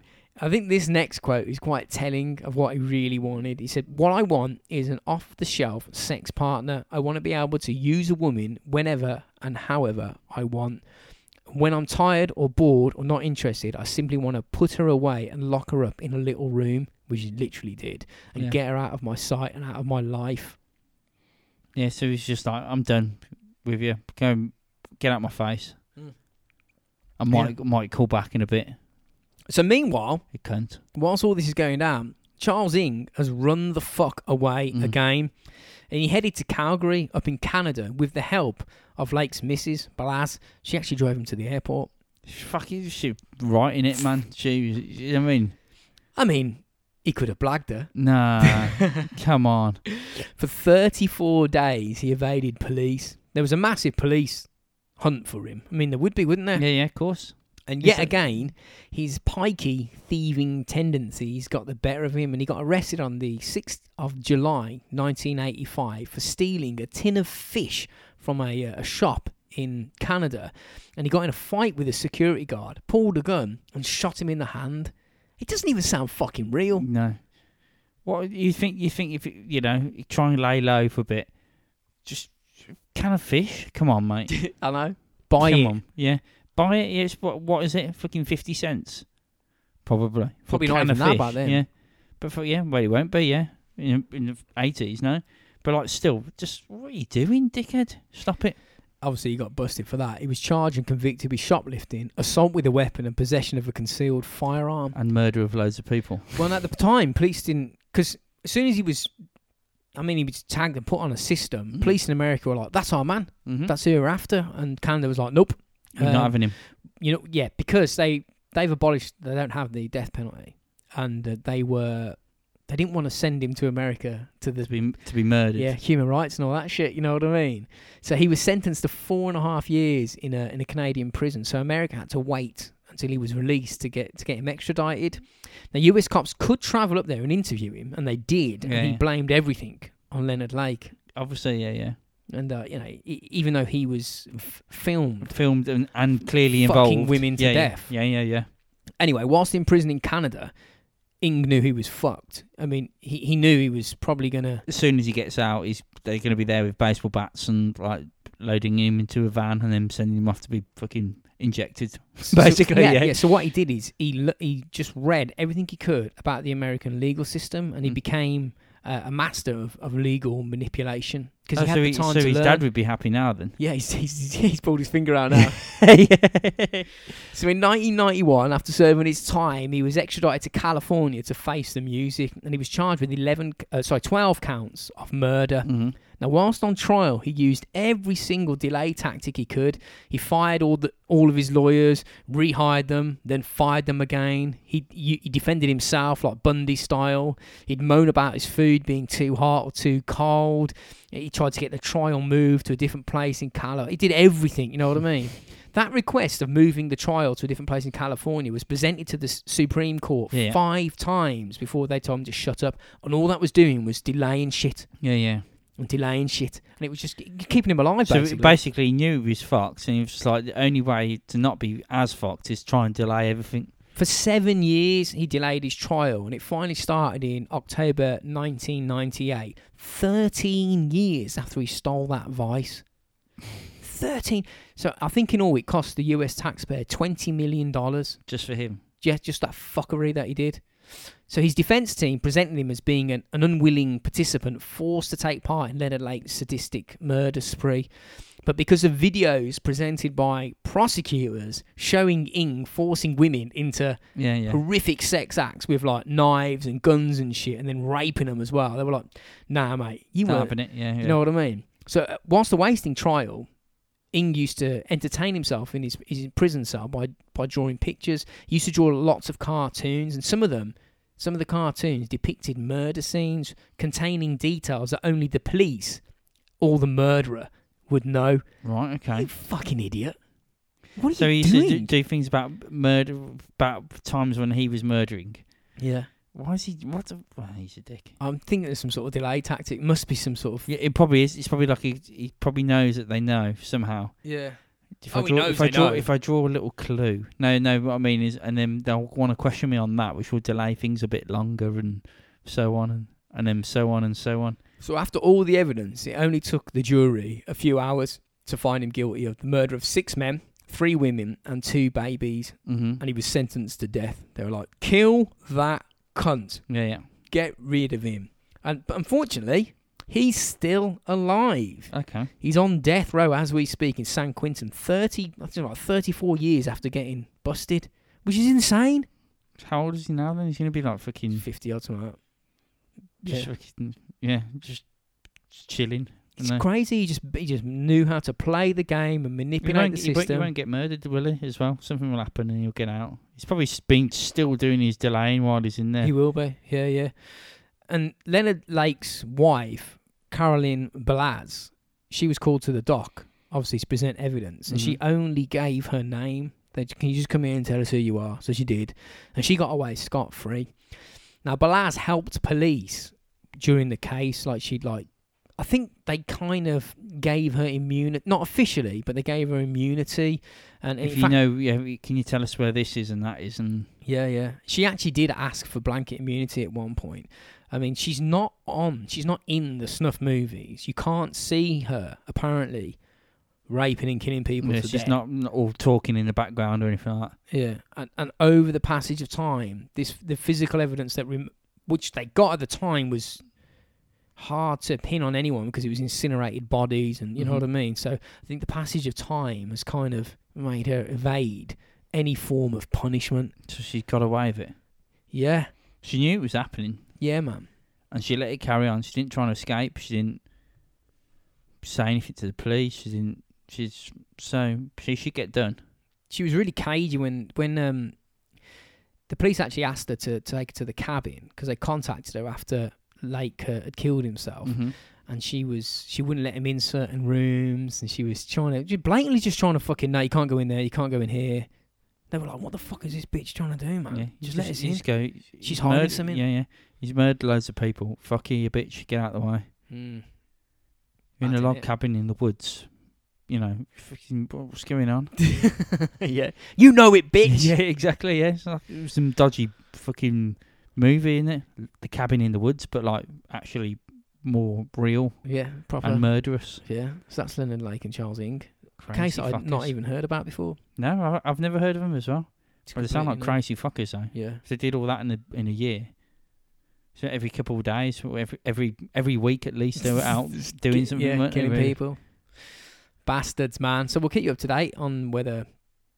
I think this next quote is quite telling of what he really wanted. He said, What I want is an off the shelf sex partner. I want to be able to use a woman whenever and however I want. When I'm tired or bored or not interested, I simply want to put her away and lock her up in a little room, which he literally did, and Yeah. get her out of my sight and out of my life. Yeah, so he's just like, I'm done with you. Go and get out my face. Mm. I might might call back in a bit. So, meanwhile, You cunt. whilst all this is going down, Charles Ing has run the fuck away Mm. again. And he headed to Calgary up in Canada with the help of Lake's missus, Balaz. She actually drove him to the airport. Fucking she writing it, man. She, was- you know what I mean, I mean, he could have blagged her. nah, come on. For 34 days, he evaded police. There was a massive police hunt for him. I mean, there would be, wouldn't there? Yeah, yeah, of course. And Is yet it- again, his pikey thieving tendencies got the better of him, and he got arrested on the 6th of July 1985 for stealing a tin of fish from a, uh, a shop in Canada. And he got in a fight with a security guard, pulled a gun, and shot him in the hand. It doesn't even sound fucking real. No. What you think? You think if you- you know, you try and lay low for a bit, just can of fish. Come on, mate. I know. Buy Come it. on, yeah, buy it. yeah, It's what? What is it? Fucking fifty cents, probably. For Probably a not can even of that fish, back then. Yeah, but for yeah, well, it won't be. Yeah, in, in the eighties, no. But like, still, just what are you doing, dickhead? Stop it. Obviously, he got busted for that. He was charged and convicted with shoplifting, assault with a weapon, and possession of a concealed firearm. And murder of loads of people. Well, at the time, police didn't because as soon as he was, I mean, he was tagged and put on a system. Mm. Police in America were like, "That's our man. Mm-hmm. That's who we're after." And Canada was like, "Nope." We're not um, having him. You know, yeah, because they they've abolished. They don't have the death penalty, and uh, they were they didn't want to send him to America to the To be to be murdered. yeah human rights and all that shit. You know what I mean? So he was sentenced to four and a half years in a in a Canadian prison. So America had to wait until he was released to get to get him extradited. Now U.S. cops could travel up there and interview him, and they did. Yeah, And he yeah. blamed everything on Leonard Lake, Obviously, yeah, yeah. and uh, you know e- even though he was f- filmed. Filmed and, and clearly Fucking involved. women to yeah, yeah. death. Yeah, yeah, yeah. Anyway, whilst in prison in Canada, Ing knew he was fucked. I mean, he, he knew he was probably gonna. As soon as he gets out, he's they're going to be there with baseball bats and like loading him into a van and then sending him off to be fucking injected. Basically, yeah, yeah. So what he did is he lo- he just read everything he could about the American legal system, and he Mm. became uh, a master of, of legal manipulation because Oh, he had so the he- time so to his learn. dad would be happy now then. yeah, he's, he's, he's pulled his finger out now. So in 1991, after serving his time, he was extradited to California to face the music, and he was charged with 11, uh, sorry, 12 counts of murder. Mhm. Now, whilst on trial, he used every single delay tactic he could. He fired all the all of his lawyers, rehired them, then fired them again. He he he defended himself like Bundy style. He'd moan about his food being too hot or too cold. He tried to get the trial moved to a different place in Cali. He did everything. You know what I mean? That request of moving the trial to a different place in California was presented to the S- Supreme Court Yeah. five times before they told him to shut up. And all that was doing was delaying shit Yeah, yeah. and delaying shit, and it was just k- keeping him alive. So basically. basically. basically, he knew he was fucked, and he was just like, the only way to not be as fucked is try and delay everything. For seven years, he delayed his trial, and it finally started in October 1998. Thirteen years after he stole that vice. Thirteen. So I think in all, it cost the U.S. taxpayer twenty million dollars. Just for him. just, just that fuckery that he did. So his defence team presented him as being an, an unwilling participant forced to take part in Leonard Lake's sadistic murder spree. But because of videos presented by prosecutors showing Ing forcing women into Yeah, yeah. horrific sex acts with like knives and guns and shit and then raping them as well, they were like, nah, mate, you Not weren't having it. Yeah, yeah. you know what I mean? So, uh, whilst awaiting trial, Ing used to entertain himself in his, his prison cell by, by drawing pictures. He used to draw lots of cartoons, and some of them, some of the cartoons depicted murder scenes containing details that only the police or the murderer would know. right. Okay. You fucking idiot. What are So he you used to do- doing? do things about murder, about times when he was murdering. yeah. Why is he? What? A, well, he's a dick. I'm thinking there's some sort of delay tactic. Must be some sort of. Yeah, it probably is. It's probably like he, he probably knows that they know somehow. Yeah. If Oh, I he draw, knows if I they draw, know. if I draw a little clue, no, no, what I mean is, and then they'll want to question me on that, which will delay things a bit longer, and so on, and and then so on and so on. So after all the evidence, it only took the jury a few hours to find him guilty of the murder of six men, three women, and two babies, Mm-hmm. and he was sentenced to death. They were like, "Kill that cunt, Yeah, yeah. get rid of him." And but unfortunately, he's still alive. Okay. He's on death row as we speak in San Quentin, thirty, I think about thirty-four years after getting busted, which is insane. How old is he now? Then he's gonna be like fucking, Fifty odd something like that. just Yeah. fucking, yeah, just chilling. It's No. crazy. He just he just knew how to play the game and He manipulate won't, the he won't- he system. won't get murdered, will he? As well, something will happen, and he'll get out. He's probably s- been still doing his delaying while he's in there. He will be. Yeah, yeah. And Leonard Lake's wife, Caroline Balaz, she was called to the dock, obviously, to present evidence. And she Mhm. only gave her name. They j- Can you just come here and tell us who you are? So she did. And she got away scot free. Now, Balaz helped police during the case. Like, she'd, like, I think they kind of gave her immunity, not officially, but they gave her immunity. And in if you fact, know, yeah, can you tell us where this is and that is, and yeah, yeah. She actually did ask for blanket immunity at one point. I mean, she's not on, she's not in the snuff movies. You can't see her, apparently, raping and killing people. Yeah, to it's just death. not, not all talking in the background or anything like that. Yeah. And, and over the passage of time, this the physical evidence that, rem- which they got at the time, was hard to pin on anyone because it was incinerated bodies and you know Mhm. what I mean? So I think the passage of time has kind of made her evade any form of punishment. So she got away with it. Yeah. She knew it was happening, Yeah, man. and she let it carry on. She didn't try and escape. She didn't say anything to the police. She didn't. She's so she should get done. she was really cagey when when um the police actually asked her to, take her to the cabin because they contacted her after Lake uh, had killed himself Mhm. and she was she wouldn't let him in certain rooms and she was trying to just blatantly just trying to fucking no you can't go in there you can't go in here they were like what the fuck is this bitch trying to do man Yeah, just let us in just go. He's hiding murdered- something. Yeah, yeah. He's murdered loads of people. Fuck you, you bitch. Get out of the way. Mm. You're in a That's log it. cabin in the woods. You know, fucking, what's going on? yeah Hmm. you know it bitch yeah, exactly. Yeah, it's like it was some dodgy fucking movie in it, the cabin in the woods, but like actually more real Yeah, proper. and murderous. yeah, so that's Leonard Lake and Charles Ing. Crazy Case I'd fuckers. not even heard about before. No, I- I've never heard of them as well. It's But they sound like crazy completely new. fuckers though. Yeah, If they did all that in a in a year. So every couple of days, or every every every week at least, they were out doing Ki- something. yeah, weren't they, killing really? people. Bastards, man. So we'll keep you up to date on whether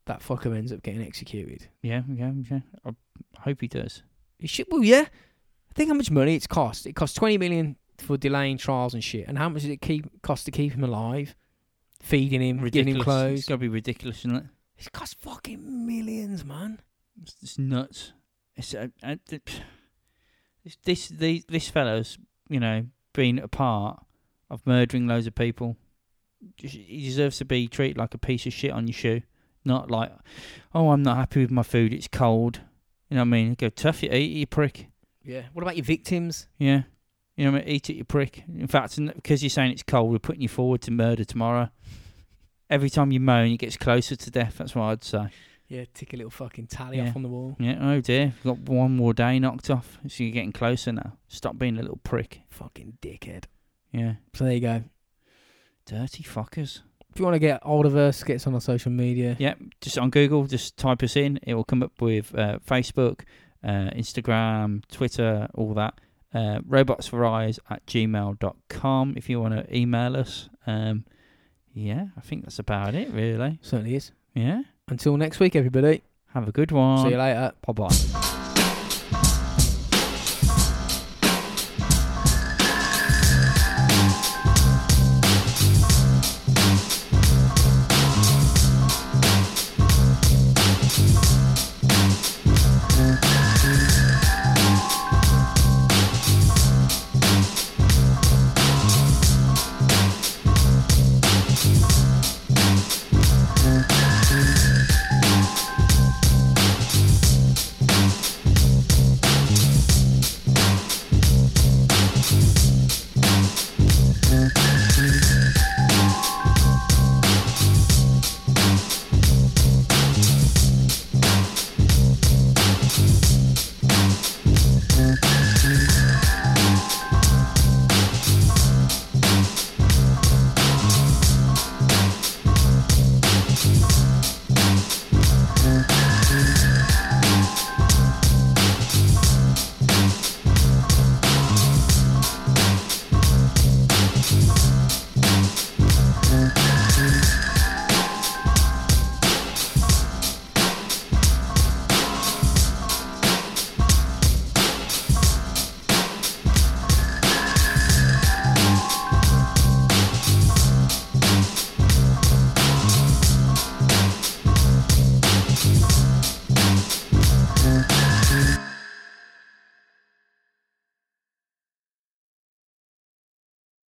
that fucker ends up getting executed. Yeah, yeah, yeah. I I hope he does. It should, well, yeah. Think how much money it's cost. It cost twenty million for delaying trials and shit. And how much does it keep cost to keep him alive? Feeding him, giving Ridiculous. him It's clothes. got to be ridiculous, isn't it? It's cost fucking millions, man. It's, it's nuts. It's uh, uh, th- pff. this this the, this fellow's you know been a part of murdering loads of people. Just- He deserves to be treated like a piece of shit on your shoe, not like, oh, I'm not happy with my food. It's cold. You know what I mean? Go tough, you eat, it, you prick. Yeah. What about your victims? Yeah. You know what I mean? Eat it, you prick. In fact, n- because you're saying it's cold, we're putting you forward to murder tomorrow. Every time you moan, it gets closer to death. That's what I'd say. Yeah, tick a little fucking tally Yeah. off on the wall. Yeah, oh dear. We've got one more day knocked off. So you're getting closer now. Stop being a little prick. Fucking dickhead. Yeah. So there you go. Dirty fuckers. If you want to get hold of us, get us on our social media. Yeah, just on Google, just type us in. It will come up with uh, Facebook, uh, Instagram, Twitter, all that. Uh, robots for eyes at gmail.com if you want to email us. Um, yeah, I think that's about it, really. Certainly is. Yeah. Until next week, everybody. Have a good one. See you later. Bye bye.